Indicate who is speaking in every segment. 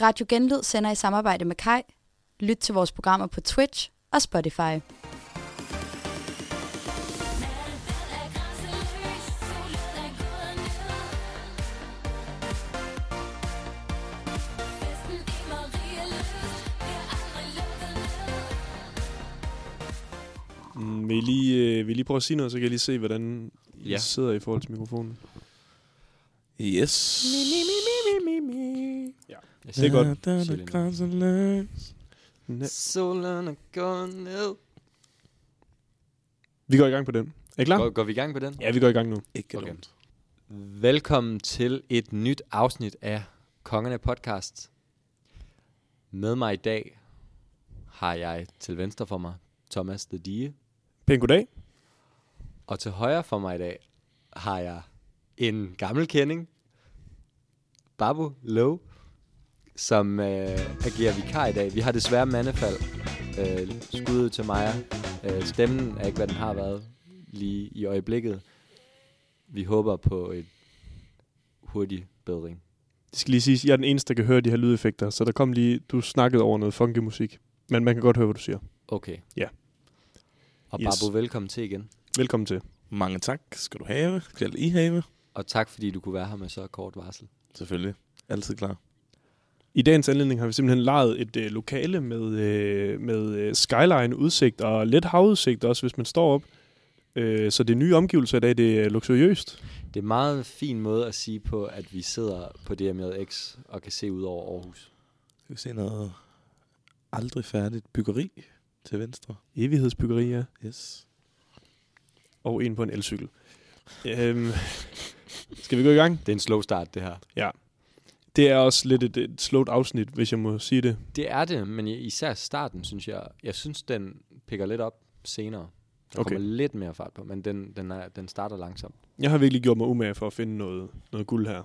Speaker 1: Radio Genlyd sender i samarbejde med Kai. Lyt til vores programmer på Twitch og Spotify.
Speaker 2: Mm, vil, I lige, øh, vil I lige prøve at sige noget, så kan jeg lige se, hvordan I
Speaker 3: Ja.
Speaker 2: ja. sidder i forhold til mikrofonen.
Speaker 4: Yes.
Speaker 3: Jeg
Speaker 2: Det er godt.
Speaker 4: Da, da, da,
Speaker 3: Sådan.
Speaker 4: grænseløs.
Speaker 2: Ja.
Speaker 3: Solen er gået ned.
Speaker 2: Vi går i gang på den. Er I klar?
Speaker 3: Går, går vi i gang på den?
Speaker 2: Ja, vi går i gang nu.
Speaker 4: Ikke
Speaker 3: Okay.
Speaker 4: okay.
Speaker 3: Velkommen til et nyt afsnit af Kongerne Podcast. Med mig i dag har jeg til venstre for mig Thomas The Die,
Speaker 2: Pæn goddag.
Speaker 3: og til højre for mig i dag har jeg en gammel kending, Babu Low, som øh, agerer vikar i dag. Vi har desværre mandefald. Øh, skud ud til Maja. Øh, stemmen er ikke, hvad den har været lige i øjeblikket. Vi håber på et hurtig bedring.
Speaker 2: Det skal lige siges, jeg er den eneste, der kan høre de her lydeffekter, så der kom lige, du snakkede over noget funky musik. Men man kan godt høre, hvad du siger.
Speaker 3: Okay.
Speaker 2: Ja.
Speaker 3: Og
Speaker 2: Yes.
Speaker 3: Babu, velkommen til igen.
Speaker 2: Velkommen til.
Speaker 4: Mange tak skal du have. Skal I have?
Speaker 3: Og tak, fordi du kunne være her med så kort varsel.
Speaker 4: Selvfølgelig. Altid klar.
Speaker 2: I dagens anledning har vi simpelthen lejet et øh, lokale med, øh, med øh, skyline-udsigt og let havudsigt også, hvis man står op. Øh, så det nye omgivelser i dag, det er luksuriøst.
Speaker 3: Det er en meget fin måde at sige på, at vi sidder på DMJX og kan se ud over Aarhus.
Speaker 4: Skal vi se noget aldrig færdigt byggeri til venstre?
Speaker 2: Evighedsbyggeri, ja.
Speaker 4: Yes.
Speaker 2: Og en på en elcykel. øhm, skal vi gå i gang?
Speaker 3: Det er en slow start, det her.
Speaker 2: Det er også lidt et, et slået afsnit, hvis jeg må sige det.
Speaker 3: Det er det, men i- især starten, synes jeg. Jeg synes, den pikker lidt op senere.
Speaker 2: Okay.
Speaker 3: Der okay. kommer lidt mere fart på, men den, den, er, den starter langsomt.
Speaker 2: Jeg har virkelig gjort mig umage for at finde noget, noget guld her.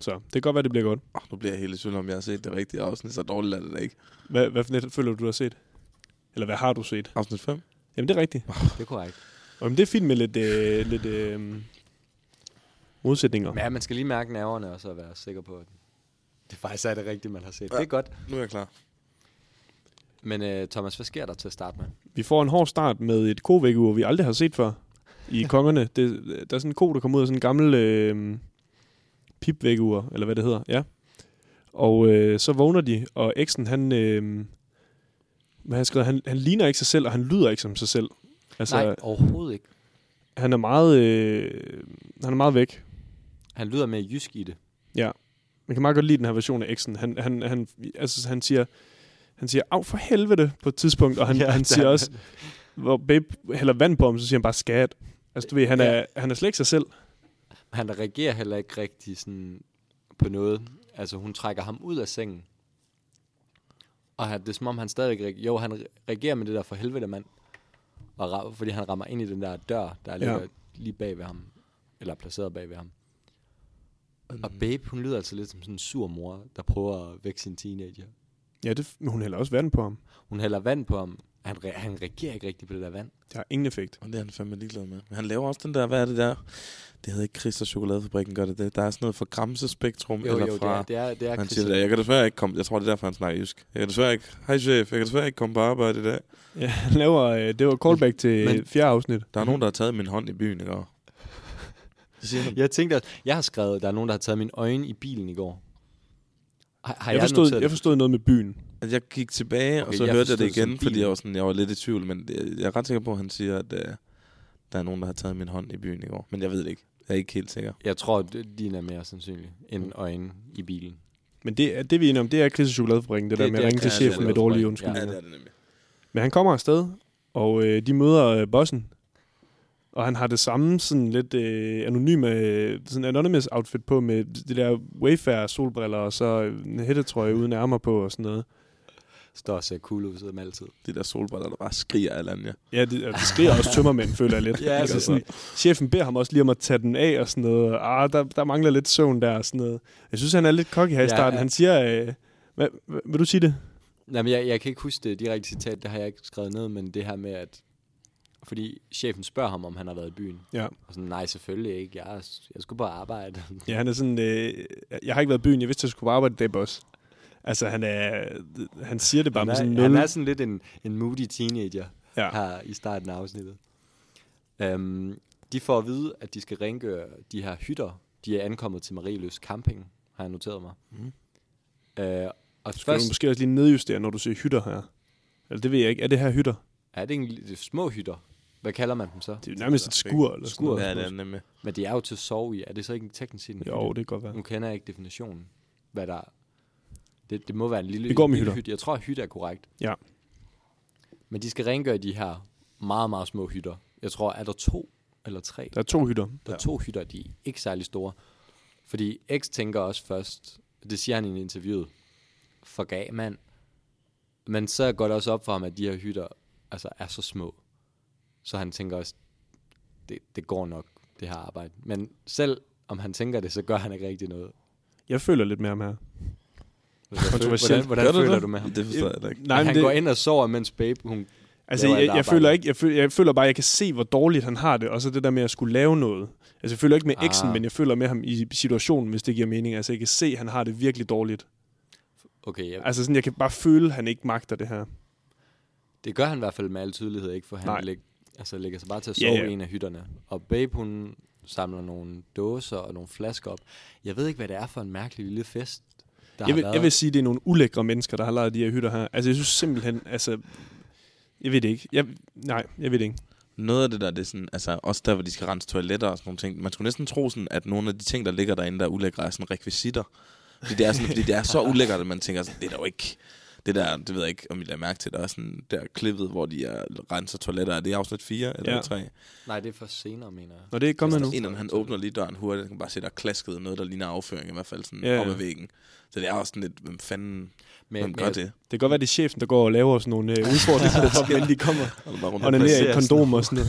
Speaker 2: Så det kan godt være, det bliver godt.
Speaker 4: Oh, nu bliver jeg helt i tvivl om, jeg har set det rigtige afsnit. Så dårligt er det da ikke.
Speaker 2: Hvad, hvad for net føler du, du har set? Eller hvad har du set?
Speaker 4: Afsnit 5?
Speaker 2: Jamen, det er rigtigt.
Speaker 3: Det er korrekt.
Speaker 2: Og, men det er fint med lidt, øh, lidt øh, modsætninger.
Speaker 3: Men ja, man skal lige mærke nerverne og så være sikker på, at det faktisk er det rigtige, man har set. Ja. Det er godt.
Speaker 4: Nu er jeg klar.
Speaker 3: Men øh, Thomas, hvad sker der til at starte med?
Speaker 2: Vi får en hård start med et kovækkeur, vi aldrig har set før i Kongerne. Det, der er sådan en ko, der kommer ud af sådan en gammel øh, pipvækkeur, eller hvad det hedder. Ja. Og øh, så vågner de, og eksen, han, øh, hvad har jeg skrevet, han, han ligner ikke sig selv, og han lyder ikke som sig selv.
Speaker 3: Altså, Nej, overhovedet ikke.
Speaker 2: han er meget, øh, han er meget væk.
Speaker 3: Han lyder mere jysk i det.
Speaker 2: Man kan meget godt lide den her version af X'en. Han, han, han, altså, han siger, han siger, af for helvede på et tidspunkt, og han, ja, han siger
Speaker 3: der-
Speaker 2: også, hvor babe hælder vand på ham, så siger han bare skat. Altså du ved, han,
Speaker 3: Ja.
Speaker 2: ja. er, han er slet ikke sig selv.
Speaker 3: Han reagerer heller ikke rigtig sådan på noget. Altså, hun trækker ham ud af sengen. Og han, det er som om, han stadig reagerer. Jo, han re- reagerer med det der for helvede, mand. Og, ra- fordi han rammer ind i den der dør, der ligger lige bag ved ham. Eller placeret bag ved ham. Og
Speaker 4: Mhm.
Speaker 3: babe, hun lyder altså lidt som sådan en sur mor, der prøver at vække sin teenager.
Speaker 2: Ja, det, men hun hælder også vand på ham.
Speaker 3: Hun hælder vand på ham. Han, re- han reagerer ikke rigtig på det der vand.
Speaker 2: Det har ingen effekt.
Speaker 4: Og det er han fandme ligeglad med. Men han laver også den der, hvad er det der? Det hedder ikke Chris og Chokoladefabrikken, gør det det? Der er sådan noget fra Gramsespektrum,
Speaker 3: Jo,
Speaker 4: eller
Speaker 3: jo, det
Speaker 4: fra...
Speaker 3: er, det er, det er
Speaker 4: han
Speaker 3: Christian.
Speaker 4: siger det der, jeg kan desværre ikke komme... Jeg tror, det er derfor, han snakker jysk. Jeg kan desværre ikke... Hej chef, jeg kan desværre ikke komme på arbejde i dag.
Speaker 2: Ja, han laver, øh, det var callback til
Speaker 3: Men-
Speaker 2: men, fjerde afsnit.
Speaker 4: Der er
Speaker 3: Mhm.
Speaker 4: nogen, der har taget min hånd i byen i går. Det siger han.
Speaker 3: Jeg tænkte også, jeg har skrevet, der er nogen, der har taget mine øjne i bilen i går. Har, har
Speaker 2: Jeg forstod, jeg forstod noget med byen.
Speaker 4: Altså, jeg gik tilbage, okay, og
Speaker 3: Okay,
Speaker 4: så
Speaker 3: jeg
Speaker 4: jeg hørte jeg
Speaker 3: forstod
Speaker 4: det
Speaker 3: det som
Speaker 4: igen, fordi
Speaker 3: bil.
Speaker 4: jeg var, sådan, jeg var lidt i tvivl, men jeg jeg er ret sikker på, at han siger, at øh, der er nogen, der har taget min hånd i byen i går. Men jeg ved det ikke. Jeg er ikke helt sikker.
Speaker 3: jeg tror, det- din er mere sandsynlig end øjne i bilen.
Speaker 2: Men det, er- det vi er enige om, det er Chris og Chokoladefabrikken, det, det der
Speaker 3: Det-
Speaker 2: med
Speaker 3: det
Speaker 2: at
Speaker 3: er
Speaker 2: ringe til
Speaker 4: Chris og
Speaker 2: chefen med
Speaker 3: Chokoladefabrikken,
Speaker 2: dårlige
Speaker 3: ja.
Speaker 2: undskyldninger.
Speaker 4: det er det nemlig.
Speaker 2: Men han kommer afsted, og øh, de møder øh, bossen. Og han har det samme sådan lidt øh, anonyme, øh, sådan anonymous outfit på med det der Wayfair solbriller og så øh, en hættetrøje uden ærmer på og sådan noget.
Speaker 3: Står og ser cool ud som altid.
Speaker 4: De der solbriller, der bare skriger af Alanya.
Speaker 2: Ja, det, og det skriger også tømmermænd, føler jeg lidt.
Speaker 3: Ja, altså
Speaker 2: sådan, chefen beder ham også lige om at tage den af og sådan noget. Og, ah, der, der mangler lidt søvn der og sådan noget. Jeg synes, han er lidt cocky her
Speaker 3: Ja,
Speaker 2: i starten.
Speaker 3: ja.
Speaker 2: Han siger, øh, hvad, hvad, vil du sige det?
Speaker 3: Nej, men jeg, jeg kan ikke huske det direkte citat, det har jeg ikke skrevet ned, men det her med, at fordi chefen spørger ham, om han har været i byen.
Speaker 2: Ja.
Speaker 3: Og sådan, nej, selvfølgelig ikke. Jeg, er- jeg skulle bare arbejde.
Speaker 2: Ja, han er sådan, øh, jeg har ikke været i byen, jeg vidste, jeg skulle på arbejde i dag, boss. Altså, han, er, han siger det bare
Speaker 3: Han
Speaker 2: med
Speaker 3: er,
Speaker 2: sådan
Speaker 3: han
Speaker 2: nul.
Speaker 3: er sådan lidt en, en moody teenager
Speaker 2: Ja.
Speaker 3: ja. her i starten af afsnittet. Um, de får at vide, at de skal rengøre de her hytter. De er ankommet til Marieløs Camping, har jeg noteret mig. Mm. Uh,
Speaker 2: Skal
Speaker 3: og
Speaker 2: du
Speaker 3: først,
Speaker 2: måske også lige nedjustere, når du siger hytter her? Eller det ved jeg ikke. Er det her hytter?
Speaker 3: er det ikke det er små hytter? Hvad kalder man dem så?
Speaker 2: Det er jo nærmest et skur. Eller
Speaker 3: Skur.
Speaker 2: Sådan
Speaker 4: Ja, det er nemlig.
Speaker 3: Men det er jo til at sove i. Er det så ikke teknisk set en
Speaker 2: noget. Jo, det kan godt
Speaker 3: hytte?
Speaker 2: være.
Speaker 3: Nu kender jeg ikke definitionen. Hvad der det, det må være en lille,
Speaker 2: Vi går med
Speaker 3: lille
Speaker 2: hytter.
Speaker 3: hytte. Jeg tror, at hytte er korrekt.
Speaker 2: Ja.
Speaker 3: Men de skal rengøre de her meget, meget små hytter. Jeg tror, er der to eller tre?
Speaker 2: Der er to hytter.
Speaker 3: Der er to hytter, de er ikke særlig store. Fordi X tænker også først, det siger han i interviewet, forgav mand. Men så går det også op for ham, at de her hytter altså, er så små. Så han tænker også, det, det går nok, det her arbejde. Men selv om han tænker det, så gør han ikke rigtig noget.
Speaker 2: Jeg føler lidt mere om her.
Speaker 3: Hvordan,
Speaker 2: Kontroversielt.
Speaker 3: hvordan
Speaker 4: Gør
Speaker 3: føler
Speaker 4: det?
Speaker 3: du med ham?
Speaker 4: Det forstår jeg da ikke.
Speaker 2: Nej,
Speaker 3: han
Speaker 2: men
Speaker 3: det... går
Speaker 2: det,
Speaker 3: ind og sover, mens babe, hun...
Speaker 2: altså,
Speaker 3: laver
Speaker 2: jeg,
Speaker 3: et
Speaker 2: jeg,
Speaker 3: arbejde.
Speaker 2: føler ikke, jeg, føler, jeg føler bare, at jeg kan se, hvor dårligt han har det. Og så det der med, at jeg skulle lave noget. Altså, jeg føler ikke med
Speaker 3: Ah.
Speaker 2: eksen, men jeg føler med ham i situationen, hvis det giver mening. Altså, jeg kan se, at han har det virkelig dårligt.
Speaker 3: Okay, ja.
Speaker 2: Altså, sådan, jeg kan bare føle, at han ikke magter det her.
Speaker 3: Det gør han i hvert fald med al tydelighed, ikke? For
Speaker 2: Nej.
Speaker 3: han læg, altså, lægger sig bare til at
Speaker 2: Ja,
Speaker 3: sove yeah,
Speaker 2: ja.
Speaker 3: i en af hytterne. Og Babe, hun samler nogle dåser og nogle flasker op. Jeg ved ikke, hvad det er for en mærkelig lille fest, der
Speaker 2: Jeg
Speaker 3: har
Speaker 2: vil,
Speaker 3: været.
Speaker 2: jeg vil sige, at det er nogle ulækre mennesker, der har lejet de her hytter her. Altså, jeg synes simpelthen, altså... Jeg ved det ikke. Jeg, nej, jeg ved det ikke.
Speaker 4: Noget af det der, det er sådan, altså også der, hvor de skal rense toiletter og sådan nogle ting. Man skulle næsten tro sådan, at nogle af de ting, der ligger derinde, der er ulækre, er sådan rekvisitter. Fordi det er, sådan, fordi det er så ulækkert, at man tænker sådan, det er dog ikke... Det der, det ved jeg ikke, om I lader mærke til, der er sådan der klippet, hvor de er, renser toiletter. Er det i afsnit 4 eller
Speaker 2: Ja.
Speaker 4: ja. 3?
Speaker 3: Nej, det er for senere, mener jeg.
Speaker 2: Nå, det er ikke kommet nu.
Speaker 4: En af dem, han åbner lige døren hurtigt, og kan bare se, der er klasket noget, der ligner afføring i hvert fald sådan
Speaker 2: Ja, ja.
Speaker 4: ja, op ad væggen. Så det er også sådan lidt, hvem fanden,
Speaker 3: Men-
Speaker 4: hvem
Speaker 3: men
Speaker 4: gør
Speaker 3: jeg-
Speaker 4: det?
Speaker 2: Det kan godt være, det er chefen, der går og laver sådan nogle øh, udfordringer, for dem, men de kommer
Speaker 4: Og bare rundt
Speaker 2: og onanerer i
Speaker 4: placerer
Speaker 2: et
Speaker 4: sådan-
Speaker 2: kondom og sådan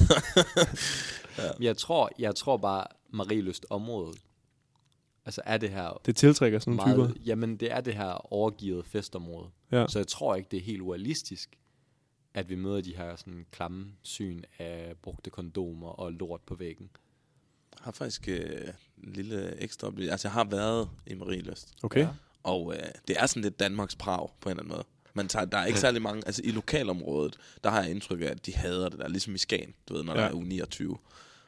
Speaker 2: noget.
Speaker 3: Men Jeg tror, jeg tror bare, Marieløst område, altså er det her
Speaker 2: Det tiltrækker sådan nogle typer.
Speaker 3: meget... Jamen, det er det her overgivet festområde.
Speaker 2: Ja.
Speaker 3: Så jeg tror ikke, det er helt realistisk, at vi møder de her sådan, klamme syn af brugte kondomer og lort på væggen.
Speaker 4: Jeg har faktisk øh, en lille ekstra oplevelse. Altså, jeg har været i Marieløst.
Speaker 2: Okay.
Speaker 4: Og øh, det er sådan lidt Danmarks Prag på en eller anden måde. Man tager, der er ikke særlig mange, altså i lokalområdet, der har jeg indtryk af, at de hader det der, ligesom i Skagen, du ved, når ja.
Speaker 2: Ja.
Speaker 4: der er u 29.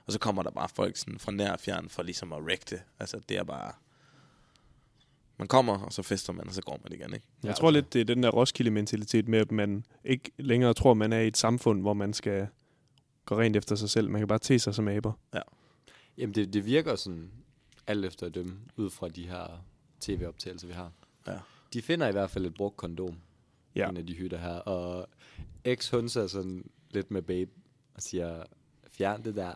Speaker 4: Og så kommer der bare folk sådan fra nær og fjern for ligesom at række det. Altså det er bare... Man kommer, og så fester man, og så går man igen, ikke?
Speaker 2: Jeg
Speaker 3: Ja, altså.
Speaker 2: tror lidt, det er den der Roskilde-mentalitet med, at man ikke længere tror, man er i et samfund, hvor man skal gå rent efter sig selv. Man kan bare te sig som aber.
Speaker 3: Jamen, det, det virker sådan, alt efter at dømme, ud fra de her tv-optagelser, vi har.
Speaker 4: Ja.
Speaker 3: De finder i hvert fald et brugt kondom,
Speaker 2: Ja.
Speaker 3: ja. en af de hytter her, og ex hun sig sådan lidt med babe og siger, fjern det der.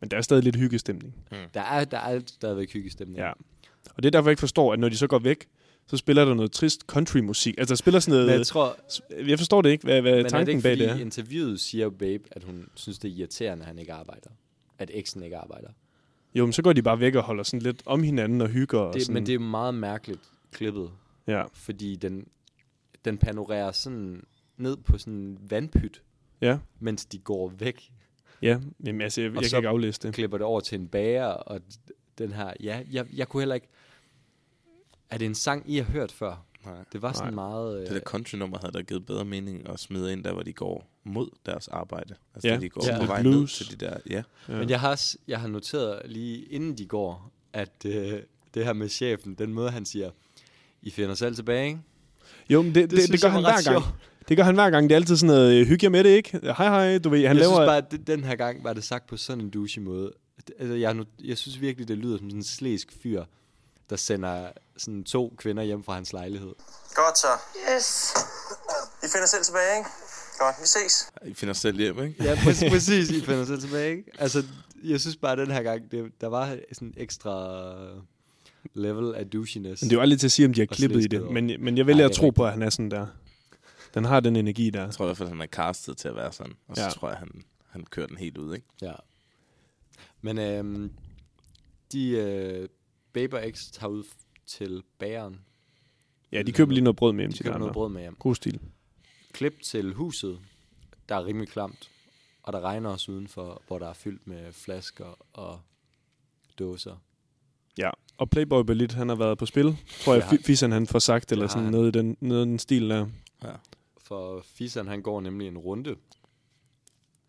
Speaker 2: Men der er stadig lidt hyggestemning.
Speaker 3: Der er, der er stadigvæk hyggestemning.
Speaker 2: Ja. Og det er derfor, jeg ikke forstår, at når de så går væk, så spiller der noget trist country-musik. Altså, der spiller sådan
Speaker 3: Men
Speaker 2: noget...
Speaker 3: jeg tror,
Speaker 2: Jeg forstår det ikke, hvad, hvad
Speaker 3: men er det
Speaker 2: tanken
Speaker 3: ikke,
Speaker 2: bag
Speaker 3: fordi
Speaker 2: det er.
Speaker 3: interviewet siger babe, at hun synes, det er irriterende, at han ikke arbejder? At eksen ikke arbejder?
Speaker 2: Jo, men så går de bare væk og holder sådan lidt om hinanden og hygger. og
Speaker 3: Det,
Speaker 2: sådan.
Speaker 3: men det er meget mærkeligt klippet,
Speaker 2: Ja,
Speaker 3: fordi den, den panorerer sådan ned på sådan en vandpyt,
Speaker 2: ja,
Speaker 3: mens de går væk.
Speaker 2: ja. Jamen, altså, jeg, jeg
Speaker 3: så-
Speaker 2: kan ikke aflæse det.
Speaker 3: klipper det over til en bager, og den her, ja, jeg, jeg kunne heller ikke... Er det en sang, I har hørt før?
Speaker 4: Nej.
Speaker 3: Det var sådan
Speaker 2: Nej.
Speaker 3: meget... Øh,
Speaker 4: Det der country-nummer havde der givet bedre mening at smide ind der, hvor de går mod deres arbejde. Altså
Speaker 2: Ja.
Speaker 4: ja. de går
Speaker 3: Ja.
Speaker 4: ja. på
Speaker 3: Lidt
Speaker 4: vej ned
Speaker 2: blues.
Speaker 4: til de der... Ja.
Speaker 2: Ja.
Speaker 3: Men jeg har, også, jeg har noteret lige inden de går, at øh, det her med chefen, den måde han siger, I finder selv tilbage, ikke?
Speaker 2: Jo, men det, det, det, det
Speaker 3: synes
Speaker 2: gør
Speaker 3: jeg
Speaker 2: han
Speaker 3: var ret
Speaker 2: hver gang. Det gør han hver gang. Det er altid sådan noget, øh, hygge jer med det, ikke? Hej, hej, du ved, han
Speaker 3: Han jeg
Speaker 2: laver...
Speaker 3: synes bare, at det- den her gang var det sagt på sådan en douche måde. Det- Altså, jeg, har nu- jeg synes virkelig, det lyder som sådan en slæsk fyr, der sender sådan to kvinder hjem fra hans lejlighed.
Speaker 5: Godt så.
Speaker 6: Yes.
Speaker 5: I finder selv tilbage, ikke? Godt, vi ses.
Speaker 4: I finder selv hjem, ikke?
Speaker 3: Ja, præcis, præcis I finder selv tilbage, ikke? Altså, jeg synes bare, at den her gang, det, der var sådan en ekstra level af douchiness.
Speaker 2: Men det er jo aldrig til at sige, om de har
Speaker 3: Og
Speaker 2: klippet i
Speaker 3: slæsket
Speaker 2: det.
Speaker 3: over.
Speaker 2: Men, men jeg
Speaker 3: Nej, det
Speaker 2: vælger
Speaker 3: er
Speaker 2: at tro på, at han er sådan der. Den har den energi der.
Speaker 4: Jeg tror i hvert fald, han er castet til at være sådan. Og så
Speaker 2: Ja.
Speaker 4: ja. tror jeg, han, han kører den helt ud, ikke?
Speaker 3: Ja. Men øhm, de øh, Baber X tager ud f- til bageren.
Speaker 2: Ja, de køber lige noget brød med hjem
Speaker 3: De
Speaker 2: til de
Speaker 3: køber noget
Speaker 2: andre.
Speaker 3: brød med hjem.
Speaker 2: God stil.
Speaker 3: Klip til huset, der er rimelig klamt. Og der regner også udenfor, hvor der er fyldt med flasker og dåser.
Speaker 2: Ja, Og Playboy Belit, han har været på spil. Tror jeg,
Speaker 3: Det har-
Speaker 2: ja. Fisan han får sagt, eller
Speaker 3: Det har
Speaker 2: sådan
Speaker 3: han.
Speaker 2: noget i den, noget i den stil der.
Speaker 3: For Fisan, han går nemlig en runde,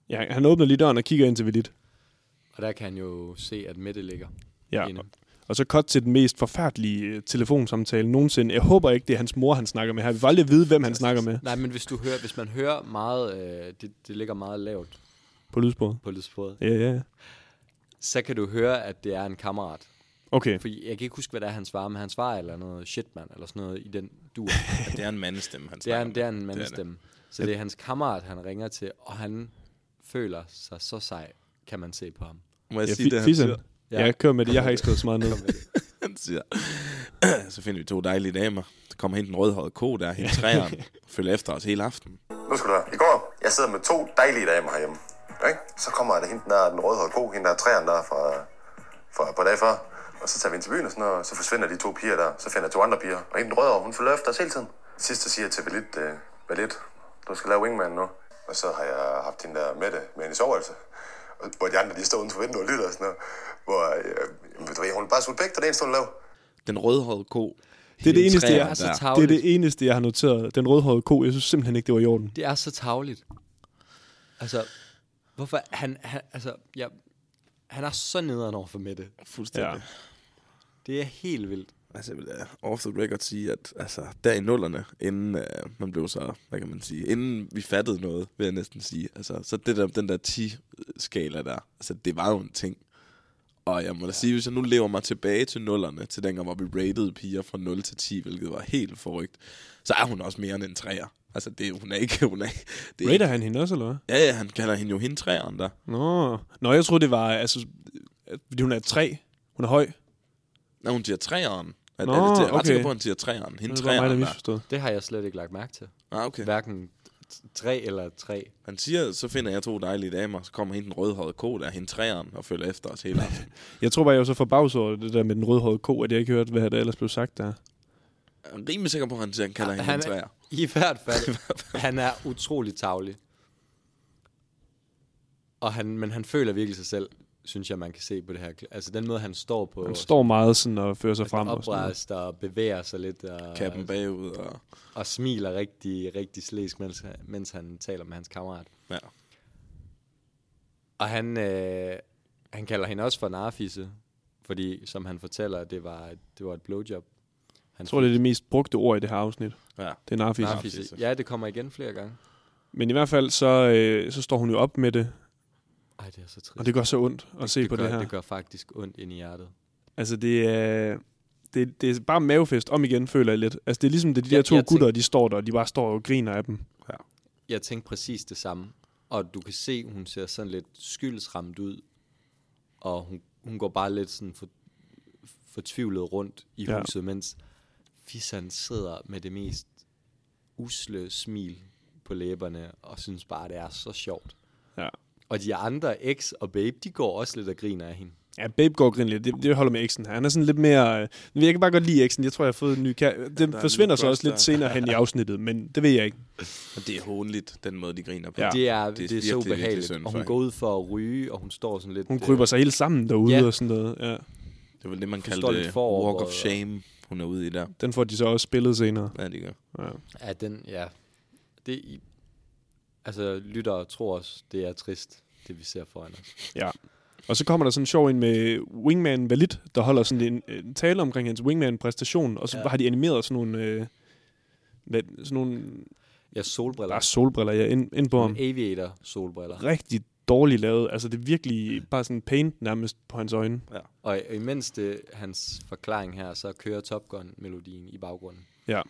Speaker 2: Ja, han åbner lige døren og kigger ind til Belit.
Speaker 3: og der kan han jo se, at Mette ligger
Speaker 2: Ja,
Speaker 3: inde.
Speaker 2: Og så cut til den mest forfærdelige øh, telefonsamtale nogensinde. Jeg håber ikke, det er hans mor, han snakker med her. Vi vil aldrig vide, hvem han snakker med
Speaker 3: Nej, men hvis, du hører, hvis man hører meget, øh, det, det ligger meget lavt
Speaker 2: på lydsporet.
Speaker 3: på lydsporet,
Speaker 2: Ja, ja. ja.
Speaker 3: så kan du høre, at det er en kammerat.
Speaker 2: Okay.
Speaker 3: Fordi jeg kan ikke huske, hvad det er, han svarer, men han svarer eller noget shit, mand, eller sådan noget i den dur.
Speaker 4: Ja, det er en mandestemme, han
Speaker 3: Det
Speaker 4: snakker
Speaker 3: er en, det er
Speaker 4: med.
Speaker 3: en mandestemme. Så det er hans kammerat, han ringer til, og han føler sig så sej, kan man se på ham.
Speaker 4: Må jeg
Speaker 2: Ja,
Speaker 4: ja, sige det, han
Speaker 2: Fisan.
Speaker 4: siger?
Speaker 2: Ja, kør med det. Jeg har ikke skrevet så meget ned.
Speaker 4: Han siger, så finder vi to dejlige damer. Så kommer hende den rødhårede ko, der er helt træeren, følger efter os hele aften.
Speaker 5: Nu skal du høre. I går, jeg sidder med to dejlige damer herhjemme. Ikke? Så kommer der hende, den der den rødhårede ko, hende der er træerne der fra, fra et par dage før. Og så tager vi ind til byen og sådan noget, og så forsvinder de to piger der. Så finder jeg to andre piger. Og hende den rødhårede, hun følger efter os hele tiden. Sidst så siger jeg til Belit, øh, Belit, du skal lave wingman nu. Og så har jeg haft hende der Mette med hende i soveværelse. Og- Hvor de andre, de står uden for vinduet og lytter og sådan noget. Hvor, øh, jamen, du ved, hun er bare sulte begge, der det eneste, hun lav.
Speaker 4: Den rødhårede ko.
Speaker 2: Det er det eneste,
Speaker 4: træer
Speaker 2: jeg,
Speaker 3: så
Speaker 4: der.
Speaker 3: tavligt.
Speaker 2: det, er det eneste, jeg har noteret. Den rødhårede ko, jeg synes simpelthen ikke, det var i orden.
Speaker 3: Det er så tavligt. Altså, hvorfor han, han altså, ja, han er så nederen over for Mette.
Speaker 4: Fuldstændig.
Speaker 2: Ja.
Speaker 4: Ja.
Speaker 3: Det er helt vildt.
Speaker 4: Altså, jeg vil da off the record sige, at altså, der i nullerne, inden øh, man blev så, hvad kan man sige, inden vi fattede noget, vil jeg næsten sige. Altså, så det der, den der 10-skala der, altså, det var jo en ting. Og jeg må da sige, hvis jeg nu lever mig tilbage til nullerne, til dengang, hvor vi rated piger fra 0 til 10, hvilket var helt forrygt, så er hun også mere end en træer. Altså, det, hun er ikke... Hun er, ikke- det er
Speaker 2: Rater han hende også, eller hvad?
Speaker 4: Ja, ja, han kalder hende jo hende træeren der.
Speaker 2: Nå. Nå, jeg troede, det var... Altså, øh, fordi hun er et træ. Hun er høj.
Speaker 4: Nå, hun siger træeren. Nå,
Speaker 2: Nå,
Speaker 4: er det, jeg er ret
Speaker 2: okay.
Speaker 4: sikker på, at han siger træeren. Hende
Speaker 2: Det var mig,
Speaker 4: træeren
Speaker 2: der
Speaker 4: der.
Speaker 2: misforstod.
Speaker 3: Det har jeg slet ikke lagt mærke til.
Speaker 4: Ah, okay.
Speaker 3: Hverken t- tre eller tre.
Speaker 4: Han siger, så finder jeg to dejlige damer, så kommer hende den rødhårede ko, der er hende træeren, og følger efter os hele aften.
Speaker 2: Jeg tror bare, jeg var så forbavset over det der med den rødhårede ko, at jeg ikke hørte, hvad der ellers blev sagt der.
Speaker 4: Jeg er rimelig sikker på, at han, siger, han kalder hende
Speaker 3: han
Speaker 4: en træer.
Speaker 3: I hvert fald, han er utrolig tavlig. Og han, men han føler virkelig sig selv, synes jeg, man kan se på det her. kl- Altså den måde, han står på.
Speaker 2: Han står meget sådan og fører sig frem. Og sådan noget.
Speaker 3: oprejst og bevæger sig lidt og,
Speaker 4: Kappen bagud, og
Speaker 3: og smiler rigtig, rigtig slæsk, mens, han- mens han taler med hans kammerat.
Speaker 4: ja.
Speaker 3: Og han, øh, han kalder hende også for narfisse, fordi som han fortæller, det var, det var et blowjob. Han
Speaker 2: Jeg tror, det er det mest brugte ord i det her afsnit.
Speaker 4: ja.
Speaker 2: Det er narfis.
Speaker 4: Narfis.
Speaker 3: narfisse. Ja, det kommer igen flere gange.
Speaker 2: Men i hvert fald, så, øh, så står hun jo op med det,
Speaker 3: Ej, det er så trist.
Speaker 2: og det gør så ondt at se
Speaker 3: det,
Speaker 2: på
Speaker 3: gør,
Speaker 2: det her.
Speaker 3: det gør faktisk ondt ind i hjertet.
Speaker 2: Altså, det er, det, det er bare mavefest om igen, føler jeg lidt. Altså, det er ligesom, det er de
Speaker 3: Ja,
Speaker 2: der to
Speaker 3: jeg tænker-
Speaker 2: gutter, de står der, og de bare står og griner af dem.
Speaker 3: Jeg tænkte præcis det samme. Og du kan se, hun ser sådan lidt skyldsramt ud. Og hun, hun går bare lidt sådan for, fortvivlet rundt i
Speaker 2: Ja.
Speaker 3: ja. huset, mens Fisan sidder med det mest usle smil på læberne, og synes bare, det er så sjovt.
Speaker 2: Ja.
Speaker 3: Og de andre, X og Babe, de går også lidt og griner af hende.
Speaker 2: Ja, Babe går og griner lidt. Det, det holder med eksen her. Han er sådan lidt mere... Øh, men jeg kan bare godt lide eksen. Jeg tror, jeg har fået en ny kær. Den
Speaker 4: en
Speaker 2: forsvinder
Speaker 4: ny
Speaker 2: så også
Speaker 4: crush
Speaker 2: lidt
Speaker 4: der.
Speaker 2: senere hen i afsnittet, men det ved jeg ikke.
Speaker 4: Og det er hånligt, den måde, de griner på.
Speaker 2: Ja.
Speaker 4: Ja.
Speaker 3: Det er, det er, det er så
Speaker 4: virkelig, virkelig
Speaker 3: ubehageligt.
Speaker 4: synd
Speaker 3: Og
Speaker 4: for
Speaker 3: hun
Speaker 4: hende.
Speaker 3: går ud for at ryge, og hun står sådan lidt...
Speaker 2: Hun
Speaker 3: øh,
Speaker 2: kryber sig helt sammen derude
Speaker 3: ja.
Speaker 2: og sådan noget. Ja.
Speaker 4: Det er vel det, man
Speaker 3: Hun står
Speaker 4: kalder
Speaker 3: lidt
Speaker 4: det
Speaker 3: forover,
Speaker 4: walk of
Speaker 3: og-
Speaker 4: shame, hun er ude i der.
Speaker 2: Den får de så også spillet senere.
Speaker 4: Ja, det gør.
Speaker 2: Ja.
Speaker 3: Ja, den, ja. Det, I- altså, lytter og tror os, det er trist, det vi ser foran os.
Speaker 2: ja. Og så kommer der sådan en sjov ind med Wingman Valit, der holder sådan en, en tale omkring hans Wingman-præstation, og så ja.
Speaker 3: Ja.
Speaker 2: har de animeret sådan nogle... Øh, hvad, sådan nogle
Speaker 3: Ja, solbriller.
Speaker 2: bare solbriller ja, ind, ind på ham.
Speaker 3: Aviator solbriller.
Speaker 2: Rigtig dårligt lavet. Altså, det er virkelig bare sådan paint nærmest på hans øjne.
Speaker 3: Og i- imens det hans forklaring her, så kører Top Gun-melodien i baggrunden.
Speaker 2: Ja.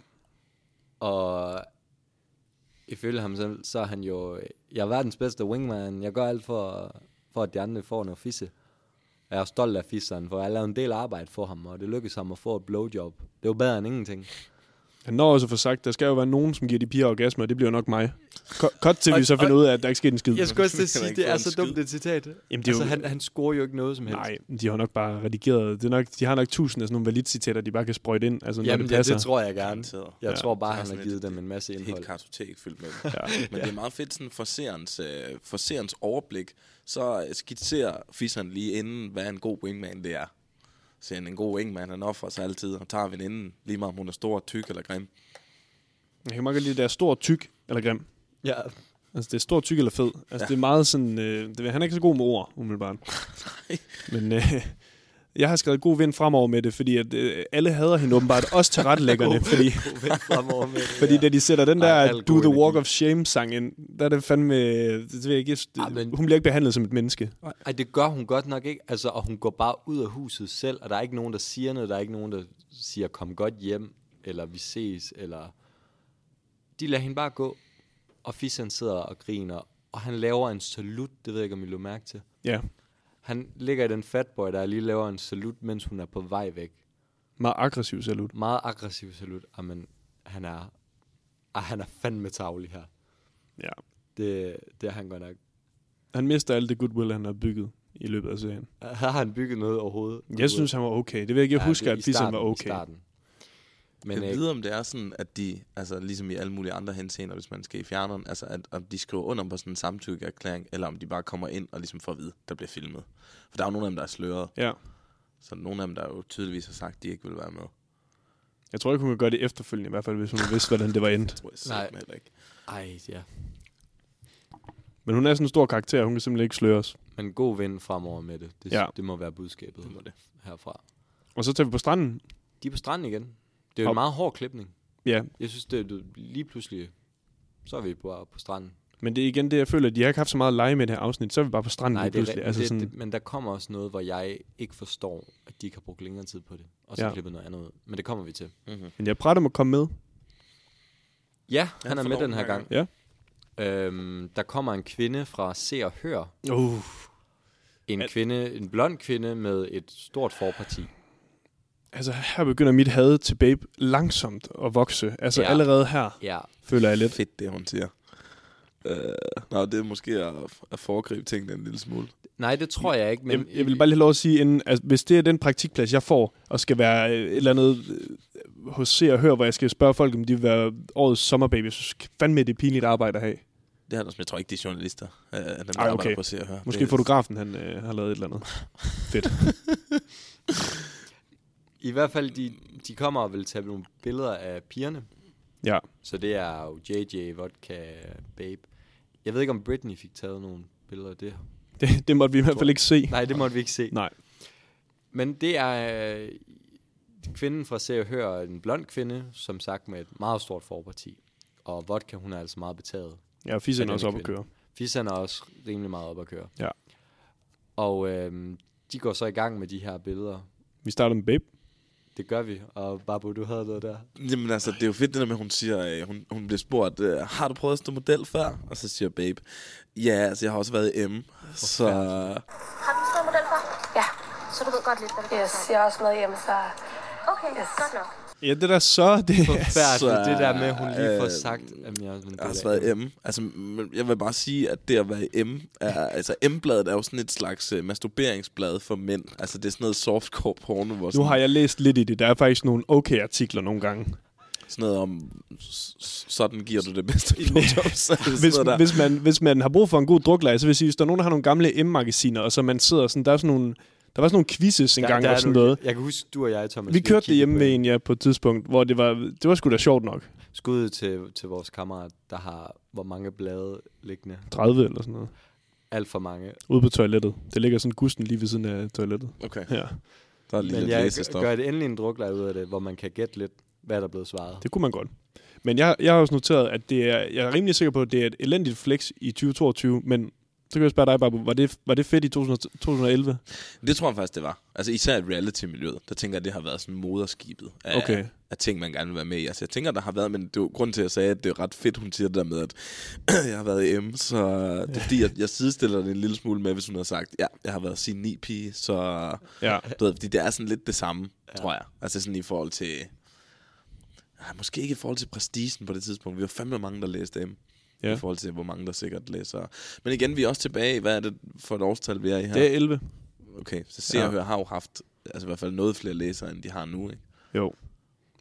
Speaker 3: Og ifølge ham selv, så er han jo, jeg er verdens bedste wingman, jeg gør alt for, for at de andre får noget fisse. Og Jeg er stolt af fisseren, for jeg lavede en del arbejde for ham, og det lykkedes ham at få et blowjob. Det var bedre end ingenting.
Speaker 2: Han når også at få sagt, der skal jo være nogen, som giver de piger orgasmer, og det bliver nok mig. Ko- Godt til vi
Speaker 3: Og-
Speaker 2: så finder
Speaker 3: og-
Speaker 2: ud af, at der ikke skete en skid.
Speaker 3: Jeg skulle også til at
Speaker 4: Kan man
Speaker 3: sige,
Speaker 4: ikke
Speaker 3: det
Speaker 4: få
Speaker 3: er
Speaker 4: en
Speaker 3: så
Speaker 4: skid?
Speaker 3: dumt et citat. Jamen,
Speaker 2: det
Speaker 3: det
Speaker 2: er
Speaker 3: er altså,
Speaker 2: jo-
Speaker 3: han, han scorer jo ikke noget som helst.
Speaker 2: Nej, de har nok bare redigeret. Det er nok, de har nok tusind af sådan nogle validcitater, de bare kan sprøjte ind, altså, når
Speaker 3: Jamen,
Speaker 2: det
Speaker 3: det,
Speaker 2: passer.
Speaker 3: det tror jeg gerne.
Speaker 4: Garanteret.
Speaker 3: Jeg
Speaker 2: Ja,
Speaker 3: tror bare,
Speaker 4: det er
Speaker 3: han har
Speaker 4: sådan
Speaker 3: givet
Speaker 4: lidt-
Speaker 3: dem en masse
Speaker 4: Det er
Speaker 3: indhold.
Speaker 4: helt kartotek fyldt med dem. ja. Men det er meget fedt sådan for serens, øh, for serens øh, overblik, så skitserer Fisseren lige inden, hvad en god wingman det er. til en, en god engmand, han offrer sig altid og tager veninden, lige meget om hun er stor, tyk eller grim.
Speaker 2: Jeg kan meget godt lide, at det er stor, tyk eller grim.
Speaker 3: Ja.
Speaker 2: Altså, det er stor, tyk eller fed. Altså, ja. det er meget sådan... Øh, det, han er ikke så god med ord, umiddelbart. Men øh, jeg har skrevet god vind fremover med det, fordi at, øh, alle hader hende åbenbart, også tilrettelæggerne, fordi,
Speaker 3: Fremover med det,
Speaker 2: fordi
Speaker 3: ja.
Speaker 2: da de sætter den
Speaker 3: Ej,
Speaker 2: der
Speaker 3: al
Speaker 2: Do
Speaker 3: god
Speaker 2: the
Speaker 3: energi.
Speaker 2: Walk of Shame-sang ind, der er det fandme... Det, ved jeg ikke,
Speaker 3: Ej, men-
Speaker 2: hun bliver ikke behandlet som et menneske.
Speaker 3: Ej, det gør hun godt nok ikke. Altså, og hun går bare ud af huset selv, og der er ikke nogen, der siger noget. Der er ikke nogen, der siger, kom godt hjem, eller vi ses, eller... De lader hende bare gå, og Fissen sidder og griner, og han laver en salut, det ved jeg ikke, om I lå mærke til.
Speaker 2: Ja.
Speaker 3: Han ligger i den fatboy, der lige laver en salut, mens hun er på vej væk.
Speaker 2: Meget aggressiv salut.
Speaker 3: Meget aggressiv salut. Amen, han er... Ah, han er fandme tavlig her.
Speaker 2: Ja.
Speaker 3: Det, det er han godt nok.
Speaker 2: Han mister alt det goodwill, han har bygget i løbet af serien.
Speaker 3: Har han bygget noget overhovedet?
Speaker 2: Jeg synes, han var okay. Det vil jeg ikke. Jeg ja, husker,
Speaker 3: det-
Speaker 2: at
Speaker 3: i
Speaker 2: Fissen
Speaker 3: starten-
Speaker 2: var
Speaker 3: i
Speaker 2: okay.
Speaker 3: starten.
Speaker 4: Men
Speaker 3: Men
Speaker 4: jeg
Speaker 3: øh,
Speaker 4: ved, om det er sådan, at de, altså ligesom i alle mulige andre henseender, hvis man skal i fjerneren, altså at, om de skriver under på sådan en samtykkeerklæring, eller om de bare kommer ind og ligesom får at vide, der bliver filmet. For der er jo nogle af dem, der er sløret,
Speaker 2: Ja.
Speaker 4: så nogle af dem, der jo tydeligvis har sagt, de ikke vil være med.
Speaker 2: Jeg tror ikke, hun kan gøre det efterfølgende, i hvert fald, hvis hun vidste, hvordan det var endt.
Speaker 4: Tror jeg
Speaker 3: Nej.
Speaker 4: satme heller ikke.
Speaker 3: ej, ja.
Speaker 2: Men hun er sådan en stor karakter, hun kan simpelthen ikke sløre os.
Speaker 3: Men god ven fremover med det. Det,
Speaker 2: Ja.
Speaker 3: ja. det må være budskabet det
Speaker 4: må det.
Speaker 3: herfra.
Speaker 2: Og så tager vi på stranden.
Speaker 3: De er på stranden igen. Det er jo
Speaker 2: Hop.
Speaker 3: en meget hård klipning.
Speaker 2: Ja,
Speaker 3: Jeg synes, det er du- lige pludselig, så er vi bare på stranden.
Speaker 2: men det er igen det, jeg føler, at de har ikke haft så meget at lege med i det her afsnit. Så er vi bare på stranden
Speaker 3: Nej,
Speaker 2: lige
Speaker 3: det er,
Speaker 2: pludselig.
Speaker 3: det,
Speaker 2: altså
Speaker 3: det,
Speaker 2: sådan,
Speaker 3: det, men der kommer også noget, hvor jeg ikke forstår, at de ikke har brugt længere tid på det. Og så
Speaker 2: Ja.
Speaker 3: ja. klippet noget andet ud. Men det kommer vi til.
Speaker 2: Men jeg prætter mig at komme med.
Speaker 3: Ja, han, han er
Speaker 4: får
Speaker 3: med
Speaker 4: lov
Speaker 3: den her gang.
Speaker 2: Ja.
Speaker 3: Øhm, der kommer en kvinde fra Se og Hør.
Speaker 2: Uh.
Speaker 3: En, kvinde, en blond kvinde med et stort forparti.
Speaker 2: Altså, her begynder mit had til Babe langsomt at vokse. Altså, ja.
Speaker 3: Ja.
Speaker 2: allerede her
Speaker 3: Ja,
Speaker 2: føler jeg
Speaker 4: Lidt
Speaker 2: lidt.
Speaker 4: fedt, det hun siger. Øh, nå, det er måske at, at foregribe tingene en lille smule.
Speaker 3: nej, det tror jeg ikke. Men øh,
Speaker 2: jeg, jeg vil bare lige have lov at sige, inden, altså, hvis det er den praktikplads, jeg får, og skal være øh, et eller andet øh, hos Se og Hør, hvor jeg skal spørge folk, om de vil være årets sommerbaby, så synes fandme, det er pinligt arbejde at have.
Speaker 4: Det er der, som jeg tror ikke, de er journalister, øh, dem, der
Speaker 2: Ej,
Speaker 4: arbejder
Speaker 2: okay.
Speaker 4: på at se og høre.
Speaker 2: Måske
Speaker 4: Det-
Speaker 2: fotografen, han øh, har lavet et eller andet.
Speaker 3: I hvert fald, de, de kommer og vil tage nogle billeder af pigerne.
Speaker 2: Ja.
Speaker 3: Så det er jo JJ, Vodka, Babe. Jeg ved ikke, om Britney fik taget nogle billeder af det.
Speaker 2: Det, det måtte vi i hvert fald ikke se.
Speaker 3: Nej, det måtte vi ikke se.
Speaker 2: Nej.
Speaker 3: Men det er øh, kvinden fra Se og Hør, er en blond kvinde, som sagt med et meget stort forparti. Og Vodka, hun er altså meget betaget.
Speaker 2: Ja, Fisen
Speaker 3: den
Speaker 2: er også
Speaker 3: er
Speaker 2: op at
Speaker 3: kvinde.
Speaker 2: køre.
Speaker 3: Fisan er også rimelig meget op at køre.
Speaker 2: Ja.
Speaker 3: Og øh, de går så i gang med de her billeder.
Speaker 2: Vi starter med Babe.
Speaker 3: Det gør vi. Og Babu, du havde noget der.
Speaker 4: Jamen altså, det er jo fedt det der med, at hun siger, øh, hun, hun bliver spurgt, øh, har du prøvet at stå model før? Og så siger Babe, ja, altså jeg har også været i M, så...
Speaker 6: Har du stået model for?
Speaker 7: Ja,
Speaker 6: Så du ved godt lidt, hvad det går
Speaker 7: yes, jeg er også med hjemme, så...
Speaker 6: på. Okay, yes. godt nok.
Speaker 2: Ja, det der så, det
Speaker 3: Forfærdeligt, det der med, at hun lige får
Speaker 4: øh,
Speaker 3: sagt, at jeg er en
Speaker 4: Jeg har
Speaker 3: del
Speaker 4: også
Speaker 3: af
Speaker 4: været i M. Altså, men jeg vil bare sige, at det at være i M, er, altså M-bladet er jo sådan et slags øh, masturberingsblad for mænd. Altså, det er sådan noget softcore porno, hvor
Speaker 2: Nu
Speaker 4: sådan,
Speaker 2: har jeg læst lidt i det. Der er faktisk nogle okay artikler nogle gange.
Speaker 4: sådan noget om, s- s- sådan giver du det bedste blowjobs. Altså,
Speaker 2: Hvis,
Speaker 4: sådan noget der.
Speaker 2: hvis, man, hvis man har brug for en god drukleje, så vil jeg sige, hvis der er nogen, der har nogle gamle M-magasiner, og så man sidder sådan, der er sådan nogle, der var sådan nogle quizzes engang
Speaker 3: der er
Speaker 2: og sådan
Speaker 3: du-
Speaker 2: noget.
Speaker 3: Jeg kan huske, du og jeg, Thomas.
Speaker 2: Vi kørte det
Speaker 3: kiggede
Speaker 2: hjemme
Speaker 3: på
Speaker 2: med
Speaker 3: en.
Speaker 2: en, ja, på et tidspunkt, hvor det var, det var sgu da sjovt nok.
Speaker 3: Skud til, til vores kammerat, der har hvor mange blade liggende.
Speaker 2: 30 eller sådan noget.
Speaker 3: Alt for mange.
Speaker 2: Ude på toilettet. Det ligger sådan gusten lige ved siden af toilettet.
Speaker 4: Okay,
Speaker 2: Ja.
Speaker 4: der er lige
Speaker 3: Men
Speaker 4: lidt
Speaker 3: jeg
Speaker 4: læsestof.
Speaker 3: gør det endelig en drukleje ud af det, hvor man kan gætte lidt, hvad der er blevet svaret.
Speaker 2: Det kunne man godt. Men jeg, jeg har også noteret, at det er, jeg er rimelig sikker på, at det er et elendigt flex i 2022, men så kan jeg spørge dig, Babu, var det, var det fedt i 2000 2011?
Speaker 4: Det tror jeg faktisk, det var. Altså især i reality-miljøet, der tænker jeg, det har været sådan moderskibet af,
Speaker 2: Okay.
Speaker 4: af ting, man gerne vil være med i. Altså jeg tænker, der har været, men det er jo grunden til, at jeg sagde, at det er ret fedt, hun siger det der med, at jeg har været i M, så det er fordi, jeg, jeg sidestiller det en lille smule med, hvis hun havde sagt, ja, jeg har været sin 9 pige så
Speaker 2: Ja.
Speaker 4: du ved, fordi det er sådan lidt det samme, ja. tror jeg. Altså sådan i forhold til... Ja, måske ikke i forhold til prestigen på det tidspunkt. Vi var fandme mange, der læste M.
Speaker 2: Ja.
Speaker 4: Ja. I forhold til, hvor mange der sikkert læser. Men igen, vi er også tilbage i, hvad er det for et årstal, vi er i her?
Speaker 2: Det er 11.
Speaker 4: Okay, så Se
Speaker 2: Ja.
Speaker 4: og Hør har jo haft altså i hvert fald noget flere læsere, end de har nu, ikke?
Speaker 2: Jo.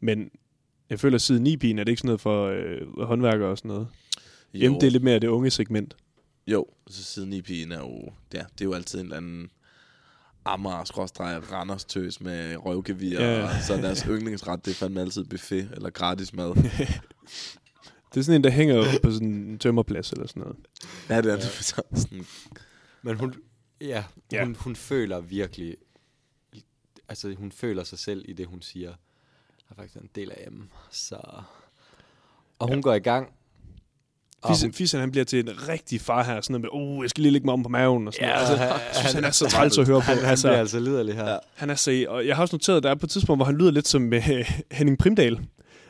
Speaker 2: Men jeg føler, at siden 9 pigen er det ikke sådan noget for øh, håndværkere og sådan noget. Jo. Jamen, det er lidt mere det unge segment.
Speaker 4: E Jo, så siden i pigen er jo... Ja, det er jo altid en eller anden... Amager, Randers tøs med røvgevir,
Speaker 2: Ja, ja.
Speaker 4: yeah. og så er deres yndlingsret, det er fandme altid buffet eller gratis mad.
Speaker 2: Det er sådan en, der hænger jo på sådan en tømmerplads eller sådan noget.
Speaker 4: Ja, det er det. for Sådan,
Speaker 3: Men hun, ja,
Speaker 2: Ja.
Speaker 3: ja. Hun, hun føler virkelig, altså hun føler sig selv i det, hun siger. Jeg er faktisk en del af dem, så... Og hun ja. går i gang. Og
Speaker 2: Fisen,
Speaker 3: hun,
Speaker 2: Fisen, han bliver til en rigtig far her, sådan noget med, oh, jeg skal lige lægge mig om på maven, og sådan
Speaker 3: Ja,
Speaker 2: noget. Altså,
Speaker 3: han-
Speaker 2: jeg synes, han,
Speaker 3: han-
Speaker 2: er så træls at høre på.
Speaker 3: han, han
Speaker 2: altså,
Speaker 3: bliver altså liderlig her.
Speaker 4: Ja.
Speaker 3: Ja.
Speaker 2: Han er se, og jeg har også noteret, at der er på et tidspunkt, hvor han lyder lidt som øh, Henning Primdal.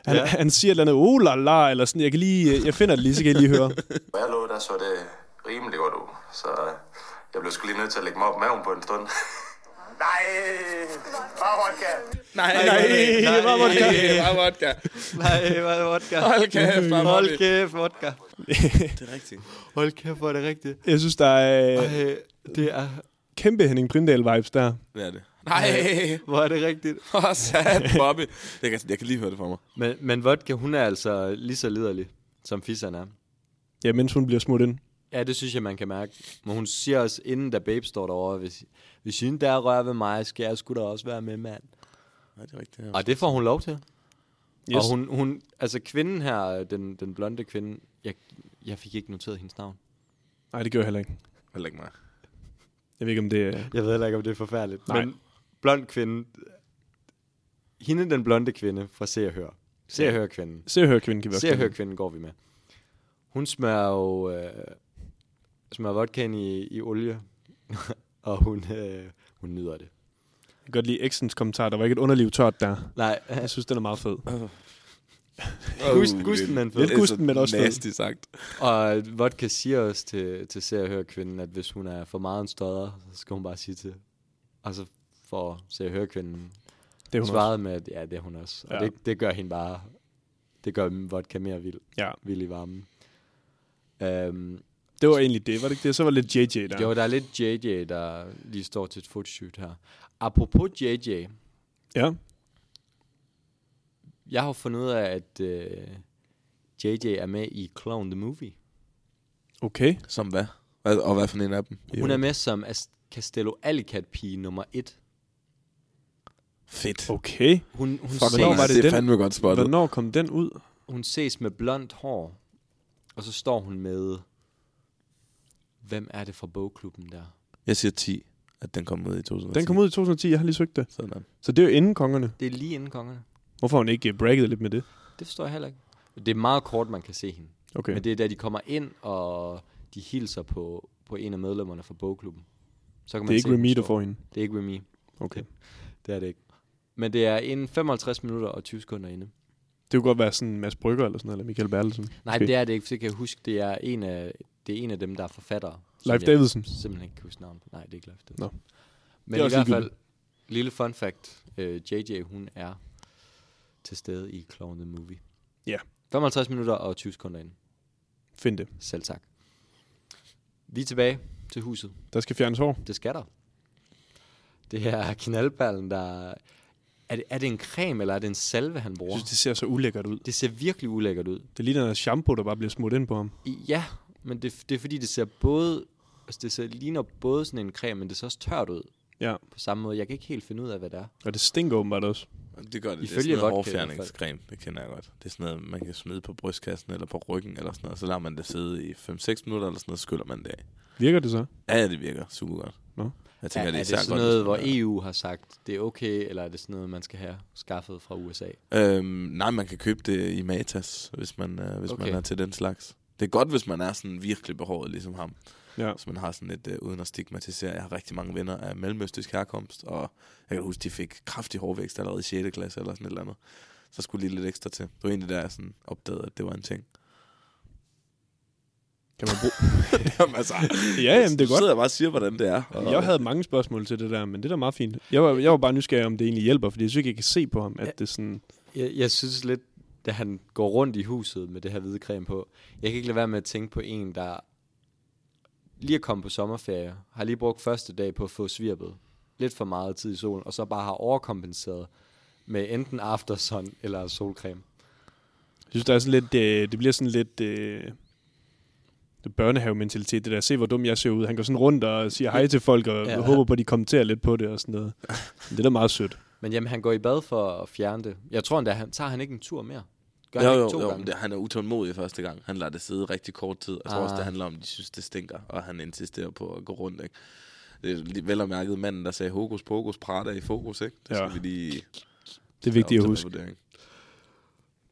Speaker 2: Han, ja.
Speaker 3: Ja.
Speaker 2: han siger et eller andet, oh la la, eller sådan, jeg, kan lige, øh, jeg finder det lige, så kan jeg lige høre.
Speaker 5: Hvor jeg lå, der så det rimelig godt ud. Så øh, jeg blev sgu lige nødt til at lægge mig op maven på en stund. Nej, bare vodka.
Speaker 4: nej, nej, nej, nej,
Speaker 2: bare vodka.
Speaker 4: Bare vodka.
Speaker 3: Nej, hvad er vodka?
Speaker 4: Hold kæft, bare
Speaker 3: Hold
Speaker 4: vodka.
Speaker 3: kæft, vodka.
Speaker 4: Det er rigtigt.
Speaker 3: Hold kæft, hvor er det rigtigt.
Speaker 2: Jeg synes, der er øh,
Speaker 3: Ej, det er,
Speaker 2: kæmpe Henning Primdal-vibes der.
Speaker 4: Det er det. Nej,
Speaker 3: hvor er det rigtigt.
Speaker 4: hvor sat, Bobby. Jeg kan, jeg kan lige høre det for mig.
Speaker 3: Men, men vodka, hun er altså lige så liderlig, som Fisan er.
Speaker 2: Ja, mens hun bliver smurt ind.
Speaker 3: Ja, det synes jeg, man kan mærke. Men hun siger også, inden da babe står derovre, hvis, hvis hende der rører ved mig, skal jeg sgu da også være med, mand.
Speaker 4: Nej, det er rigtigt.
Speaker 3: Og det får hun lov til. Yes.
Speaker 2: Yes.
Speaker 3: Og hun, hun, altså kvinden her, den, den blonde kvinde, jeg, jeg fik ikke noteret hendes navn.
Speaker 2: Nej, det gør jeg heller ikke.
Speaker 4: Heller ikke mig.
Speaker 2: Jeg ved ikke, om det er...
Speaker 3: Jeg ved heller ikke, om det er forfærdeligt.
Speaker 2: Nej.
Speaker 3: Nej. Men blond kvinde, hende den blonde kvinde fra Se og Hør. Se og Hør kvinden.
Speaker 2: Se og hør, kvinden kan være
Speaker 3: Se og hør kvinden går vi med. Hun smører jo øh, smører vodkaen i, i olie, og hun, øh, hun nyder det.
Speaker 2: Jeg kan godt lide Exens kommentar. Der var ikke et underliv tørt der.
Speaker 3: Nej,
Speaker 2: Jeg synes, den er meget fed.
Speaker 3: Gusten- gusten er en fed.
Speaker 2: Lidt gusten, men også fed.
Speaker 4: Nasty sagt.
Speaker 3: og vodka siger også til, til Se og hør kvinden, at hvis hun er for meget en stodder, så skal hun bare sige til. Og så får Se og hør kvinden
Speaker 2: Det er hun
Speaker 3: svaret med, at ja, det er hun også. Og
Speaker 2: Ja.
Speaker 3: ja. det, det gør hende bare, det gør vodka mere vild,
Speaker 2: også. Ja,
Speaker 3: vild i varmen. Øhm,
Speaker 2: det var egentlig det. Var det ikke det? Så var det lidt JJ der.
Speaker 3: Jo, der er lidt JJ, der lige står til et fotoshoot her. Apropos JJ,
Speaker 2: Ja.
Speaker 3: jeg har jo fundet ud af, at øh, JJ er med i Clown the Movie.
Speaker 2: Okay.
Speaker 4: Som hvad? Hvad- Og hvad for en af dem?
Speaker 3: Hun er med som As- Castello Alicat-pige nummer et.
Speaker 4: Fedt.
Speaker 2: Okay.
Speaker 3: Hun, hun,
Speaker 4: Fuck, hvornår
Speaker 2: hvornår
Speaker 3: ses,
Speaker 2: var det
Speaker 4: det er
Speaker 2: den?
Speaker 4: fandme godt spottet.
Speaker 2: Hvornår kom den ud?
Speaker 3: hun ses med blondt hår, og så står hun med... Hvem er det fra bogklubben der?
Speaker 4: Jeg siger 10, at den kom ud i 2010.
Speaker 2: Den kom ud i 2010. Jeg har lige søgt det.
Speaker 4: Sådan.
Speaker 2: Så det er jo inden kongerne.
Speaker 3: Det er lige inden kongerne.
Speaker 2: Hvorfor har hun ikke øh, bragget lidt med det?
Speaker 3: Det forstår jeg heller ikke. Det er meget kort, man kan se hende.
Speaker 2: Okay.
Speaker 3: Men det er da de kommer ind, og de hilser på, på en af medlemmerne fra bogklubben. Så kan
Speaker 2: Det er ikke
Speaker 3: se, hun
Speaker 2: Remy, der
Speaker 3: står.
Speaker 2: får hende.
Speaker 3: Det er ikke Remy.
Speaker 2: Okay.
Speaker 3: Det er det ikke. Men det er inden 55 minutter og 20 sekunder inde.
Speaker 2: Det kunne godt være sådan Mads Brygger eller sådan noget, eller Michael Bertelsen.
Speaker 3: Nej,
Speaker 2: okay.
Speaker 3: det er det ikke, for det kan jeg huske, det er en af, det er en af dem, der er forfattere. som
Speaker 2: Leif
Speaker 3: jeg
Speaker 2: Davidsen.
Speaker 3: simpelthen ikke kan huske navnet. Nej, det er ikke Leif Davidsen.
Speaker 2: Nå.
Speaker 3: Men
Speaker 2: Det er
Speaker 3: i
Speaker 2: også
Speaker 3: hvert fald,
Speaker 2: ligegyldigt.
Speaker 3: lille fun fact, øh, JJ, hun er til stede i Clown the Movie.
Speaker 2: Ja.
Speaker 3: 55 minutter og 20 sekunder inde.
Speaker 2: Find det.
Speaker 3: Selv tak. Vi er tilbage til huset.
Speaker 2: Der skal fjernes hår.
Speaker 3: Det skal der. Det er knaldballen, der... Er det, er det en creme, eller er det en salve, han
Speaker 2: Jeg
Speaker 3: bruger?
Speaker 2: synes, det ser så ulækkert ud.
Speaker 3: Det ser virkelig ulækkert ud.
Speaker 2: Det ligner noget shampoo, der bare bliver smurt ind på ham.
Speaker 3: I- Ja, men det, det er fordi, det ser både... Altså, det ser, ligner både sådan en creme, men det ser også tørt ud
Speaker 2: Ja,
Speaker 3: på samme måde. Jeg kan ikke helt finde ud af, hvad det er.
Speaker 2: og det stinker åbenbart også.
Speaker 4: Det gør det. det er
Speaker 3: Ifølge
Speaker 4: sådan noget
Speaker 3: vodka i
Speaker 4: hårfjerningscreme. Det kender jeg godt. Det er sådan noget, man kan smide på brystkassen eller på ryggen eller sådan noget. Så lader man det sidde i 5-6 minutter eller sådan noget, så skyller man det af.
Speaker 2: Virker det så?
Speaker 4: Ja, ja, det virker super godt.
Speaker 2: Nå.
Speaker 4: Jeg
Speaker 3: Er,
Speaker 4: tænker,
Speaker 3: er
Speaker 4: det er,
Speaker 3: det
Speaker 4: især
Speaker 3: sådan
Speaker 4: godt,
Speaker 3: noget,
Speaker 4: hvis
Speaker 3: hvor
Speaker 4: man er-
Speaker 3: EU har sagt, det er okay, eller er det sådan noget, man skal have skaffet fra USA?
Speaker 4: Øhm, nej, man kan købe det i Matas, hvis man, øh, hvis okay.
Speaker 3: Okay.
Speaker 4: man er til den slags. Det er godt, hvis man er sådan virkelig behåret, ligesom ham.
Speaker 2: Ja.
Speaker 4: Hvis man har sådan et, øh, uden at stigmatisere, jeg har rigtig mange venner af mellemøstisk herkomst, og jeg kan huske, de fik kraftig hårvækst allerede i 6. klasse eller sådan et eller andet. Så skulle lige lidt ekstra til. Det var egentlig der, jeg sådan opdagede, at det var en ting.
Speaker 2: Kan man bruge?
Speaker 4: Jamen, altså,
Speaker 2: ja, jamen, det er
Speaker 4: Du
Speaker 2: godt.
Speaker 4: sidder jeg bare og siger, hvordan det er. Og,
Speaker 2: Jeg havde mange spørgsmål til det der, men det der er meget fint. Jeg var, jeg var bare nysgerrig, om det egentlig hjælper, fordi jeg synes ikke, jeg kan se på ham, at det sådan...
Speaker 3: Jeg, jeg synes lidt, da han går rundt i huset med det her hvide creme på, jeg kan ikke lade være med at tænke på en, der lige er kommet på sommerferie, har lige brugt første dag på at få svirpet lidt for meget tid i solen, og så bare har overkompenseret med enten aftersun eller solcreme.
Speaker 2: Jeg synes, der er sådan lidt... Øh, det bliver sådan lidt... Øh, det børnehavementalitet, det der, se hvor dum jeg ser ud. Han går sådan rundt og siger hej til folk, og
Speaker 3: Ja.
Speaker 2: ja. håber på, at de kommenterer lidt på det og sådan noget. Det er da meget sødt.
Speaker 3: Men jamen, han går i bad for at fjerne det. Jeg tror endda, han tager han ikke en tur mere. Gør
Speaker 4: Jo,
Speaker 3: han
Speaker 4: jo,
Speaker 3: ikke to
Speaker 4: jo,
Speaker 3: gange?
Speaker 4: men det, han er utålmodig første gang. Han lader det sidde rigtig kort tid. Jeg tror også,
Speaker 3: Ah.
Speaker 4: det handler om, at de synes, det stinker, og han insisterer på at gå rundt, ikke? Det er lige- vel og mærket manden, der sagde hokus pokus, prata i fokus, ikke? Det skal
Speaker 2: Ja.
Speaker 4: vi lige...
Speaker 2: Det er vigtigt at huske.
Speaker 4: Vurdering.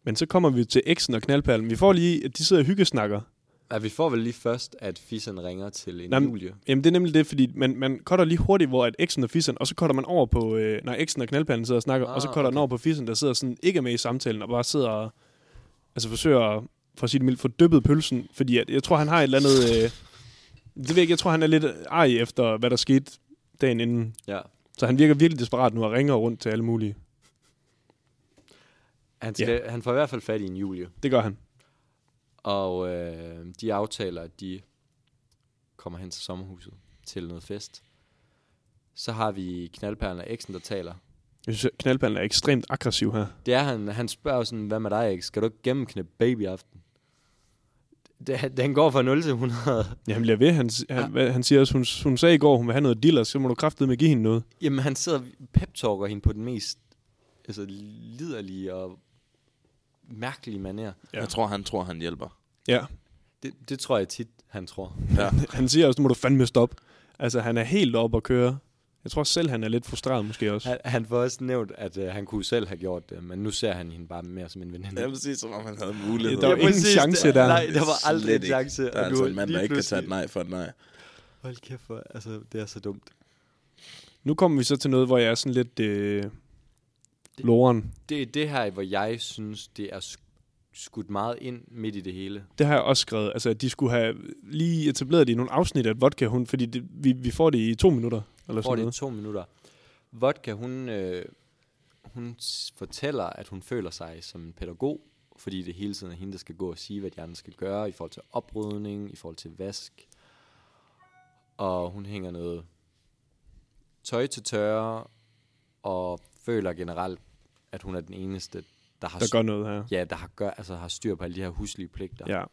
Speaker 2: Men så kommer vi til eksen og knaldperlen. Vi får lige, at de sidder og hyggesnakker.
Speaker 3: Ja, vi får vel lige først, at Fissen ringer til en
Speaker 2: Nej, men-
Speaker 3: Julie.
Speaker 2: Jamen det er nemlig det, fordi man, man cutter lige hurtigt, hvor at eksen og fissen, og så cutter man over på, øh, når eksen og knaldperlen sidder og snakker, ah, og så
Speaker 3: Ah,
Speaker 2: cutter okay.
Speaker 3: okay.
Speaker 2: den over på fissen, der sidder sådan ikke er med i samtalen, og bare sidder og altså, forsøger at, for at sige det mildt, få dyppet pølsen, fordi at, jeg tror, han har et eller andet... Øh, det ved jeg ikke, jeg tror, han er lidt arg efter, hvad der skete dagen inden.
Speaker 3: Ja.
Speaker 2: Så han virker virkelig desperat nu og ringer rundt til alle mulige.
Speaker 3: Han, skal, yeah. han får i hvert fald fat i en Julie.
Speaker 2: Det gør han.
Speaker 3: Og øh, de aftaler, at de kommer hen til sommerhuset til noget fest. Så har vi knaldperlen og eksen, der taler.
Speaker 2: Jeg synes, at knaldperlen er ekstremt aggressiv her.
Speaker 3: Det er han. Han spørger jo sådan, hvad med dig, ikke? Skal du ikke gennemknæppe baby i aften? Det, den går fra 0 til 100.
Speaker 2: Ja, han bliver ved. Han, s- han, ja. han siger også, hun, hun sagde i går, hun vil have noget diller, så må du kraftedeme give hende noget.
Speaker 3: Jamen, han sidder og pep-talker hende på den mest altså, liderlige og mærkelige manér.
Speaker 2: Ja.
Speaker 4: Jeg tror, han tror, han hjælper.
Speaker 2: Ja.
Speaker 3: Det, det tror jeg tit, han tror.
Speaker 4: Ja.
Speaker 2: Han siger også, nu må du fandme stoppe. Altså, han er helt oppe at køre. Jeg tror selv, han er lidt frustreret måske også.
Speaker 3: Han, han får også nævnt, at øh, han kunne selv have gjort det, men nu ser han hende bare mere som en veninde.
Speaker 4: Jeg vil sige, som om han havde mulighed.
Speaker 2: Ja, der var ingen
Speaker 3: præcis.
Speaker 2: chance
Speaker 3: Det-
Speaker 2: der.
Speaker 3: Nej, der var aldrig en
Speaker 4: Slet ikke.
Speaker 3: chance.
Speaker 4: Der
Speaker 3: og
Speaker 4: er
Speaker 3: nu
Speaker 4: altså en mand,
Speaker 3: lige
Speaker 4: der ikke kan
Speaker 3: pludselig-
Speaker 4: tage et nej for et nej.
Speaker 3: Hold kæft, for, altså, det er så dumt.
Speaker 2: Nu kommer vi så til noget, hvor jeg er sådan lidt... Øh, loren.
Speaker 3: Det er det her, hvor jeg synes, det er sk- skudt meget ind midt i det hele.
Speaker 2: Det har jeg også skrevet. Altså, at de skulle have lige etableret det i nogle afsnit af Vodka Hund, fordi det, vi, vi får det i to minutter. Eller
Speaker 3: Får
Speaker 2: sådan
Speaker 3: det i
Speaker 2: noget.
Speaker 3: to minutter. Vodka, hun, øh, hun s- fortæller, at hun føler sig som en pædagog, fordi det hele tiden er hende, der skal gå og sige, hvad de andre skal gøre i forhold til oprydning, i forhold til vask. Og hun hænger noget tøj til tørre, og føler generelt, at hun er den eneste, der har,
Speaker 2: Der gør noget her.
Speaker 3: ja, der har, gør, altså, har styr på alle de her huslige pligter.
Speaker 2: Ja.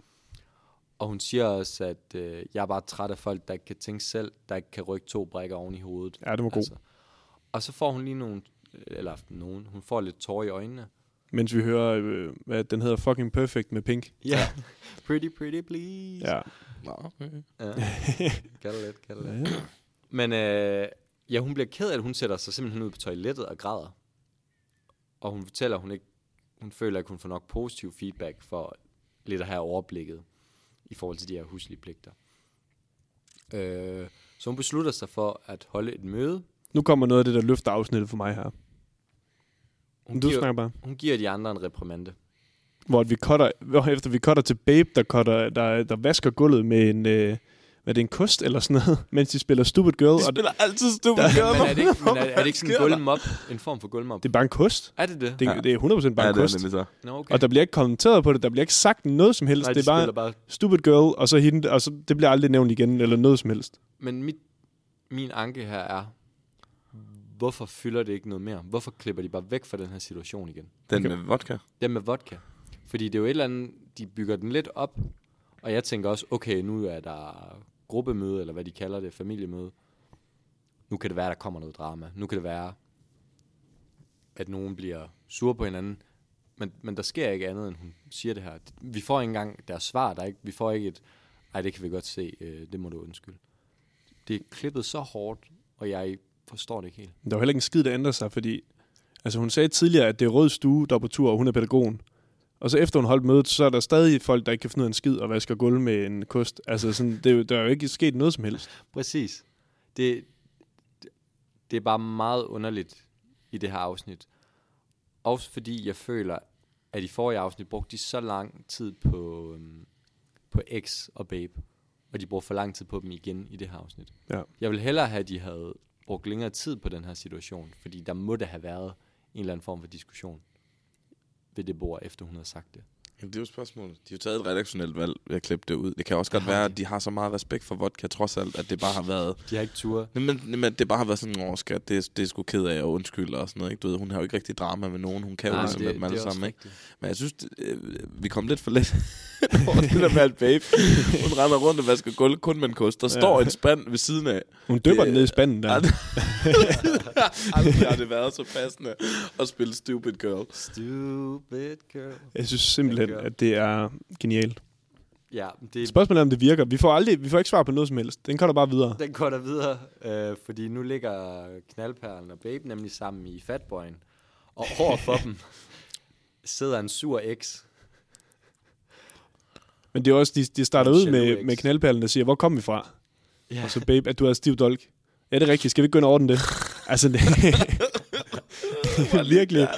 Speaker 3: Og hun siger også, at øh, jeg er bare træt af folk, der ikke kan tænke selv, der ikke kan rykke to brækker oven i hovedet.
Speaker 2: Ja, den var god.
Speaker 3: Altså. Og så får hun lige nogle, eller nogen, hun får lidt tårer i øjnene.
Speaker 2: Mens vi hører, øh, hvad den hedder, Fucking Perfect med Pink.
Speaker 3: Ja. pretty, pretty, please.
Speaker 2: Ja.
Speaker 4: Nå, okay.
Speaker 3: ja. Kan du lidt, kan du lidt. Men øh, ja, hun bliver ked af, at hun sætter sig simpelthen ud på toilettet og græder. Og hun fortæller, at hun, ikke, hun føler, at hun får nok positiv feedback for lidt at have overblikket i forhold til de her huslige pligter. Øh, så hun beslutter sig for at holde et møde.
Speaker 2: Nu kommer noget af det, der løfter afsnittet for mig her.
Speaker 3: Hun,
Speaker 2: Du
Speaker 3: giver,
Speaker 2: snakker bare.
Speaker 3: hun giver de andre en reprimande.
Speaker 2: hvor at vi cutter, hvor efter vi cutter til Babe, der, cutter, der, der vasker gulvet med en, øh, hvad er det, en kost eller sådan noget, mens de spiller Stupid Girl.
Speaker 4: De
Speaker 2: og det,
Speaker 4: spiller altid stupid girl.
Speaker 3: Men er det ikke, men er, er det ikke sådan en
Speaker 4: sker der?
Speaker 3: gulvmop? En form for gulvmop?
Speaker 2: det er bare en kost.
Speaker 3: Er det det?
Speaker 2: Det, ja. det er 100% bare
Speaker 4: Ja,
Speaker 2: en
Speaker 4: det er
Speaker 2: kost.
Speaker 4: nemlig så.
Speaker 3: Nå, okay.
Speaker 2: Og der bliver ikke kommenteret på det, der bliver ikke sagt noget som helst. Nej,
Speaker 3: Nej, de
Speaker 2: det er bare,
Speaker 3: spiller bare...
Speaker 2: Stupid Girl, og så hende, og så, det bliver aldrig nævnt igen, eller noget som helst.
Speaker 3: Men mit, min anke her er, hvorfor fylder det ikke noget mere? Hvorfor klipper de bare væk fra den her situation igen?
Speaker 4: Den med vodka.
Speaker 3: Den med vodka. Fordi det er jo et eller andet, de bygger den lidt op, og jeg tænker også, okay, nu er der gruppemøde, eller hvad de kalder det, familiemøde. Nu kan det være, der kommer noget drama. Nu kan det være, at nogen bliver sure på hinanden. Men, men der sker ikke andet, end hun siger det her. Vi får ikke engang deres svar. Der er ikke, vi får ikke et, ej, det kan vi godt se, øh, det må du undskylde. Det er klippet så hårdt, og jeg forstår det ikke helt.
Speaker 2: Men Der var heller ikke en skid, der ændrer sig, fordi altså hun sagde tidligere, at det er rød stue, der er på tur, og hun er pædagogen. Og så efter hun holdt mødet, så er der stadig folk, der ikke kan finde ud af en skid og vasker gulv med en kost. Altså, sådan, det, er jo- der er jo ikke sket noget som helst.
Speaker 3: Præcis. Det, det- det er bare meget underligt i det her afsnit. Også fordi jeg føler, at i forrige afsnit brugte de så lang tid på, øhm, på X og Babe, og de brugte for lang tid på dem igen i det her afsnit.
Speaker 2: Ja.
Speaker 3: Jeg ville hellere have, at de havde brugt længere tid på den her situation, fordi der må da have været en eller anden form for diskussion ved det bord, efter hun havde sagt det.
Speaker 4: Jamen, det er jo spørgsmålet. De har jo taget et redaktionelt valg ved at klippe det ud. Det kan også godt være, at de har så meget respekt for vodka, trods alt, at det bare har været...
Speaker 3: De har ikke ture.
Speaker 4: Men, men at det bare har været sådan, åh skat, det, er- det er sgu ked af og undskyld og sådan noget. Ikke? Du ved, hun har jo ikke rigtig drama med nogen. Hun kan jo ligesom med dem alle sammen. Ikke? Men jeg synes, det, øh, vi kom lidt for let over det der med at babe. Hun render rundt og vasker gulv kun med en kost. Der
Speaker 2: Ja.
Speaker 4: står en spand ved siden af.
Speaker 2: Hun døber
Speaker 4: Det-
Speaker 2: den ned i spanden der.
Speaker 4: Ja. Aldrig har det været så passende at spille Stupid Girl.
Speaker 3: Stupid girl.
Speaker 2: Jeg synes simpelthen,
Speaker 3: Den gør.
Speaker 2: at det er genialt.
Speaker 3: Ja, det er
Speaker 2: Spørgsmålet er, om det virker. Vi får, aldrig, vi får ikke svar på noget som helst. Den kommer bare videre.
Speaker 3: Den går der videre, øh, fordi nu ligger knaldperlen og babe nemlig sammen i Fatboyen. Og overfor dem sidder en sur eks.
Speaker 2: Men det er også, de, de starter ud
Speaker 3: Jaloux
Speaker 2: med,
Speaker 3: ex.
Speaker 2: med knaldperlen og siger, hvor kom vi fra?
Speaker 3: Ja.
Speaker 2: Og så babe, at du er stiv dolk. Ja, det er rigtigt. Skal vi ikke gå ind og ordne det? Altså, det virkelig.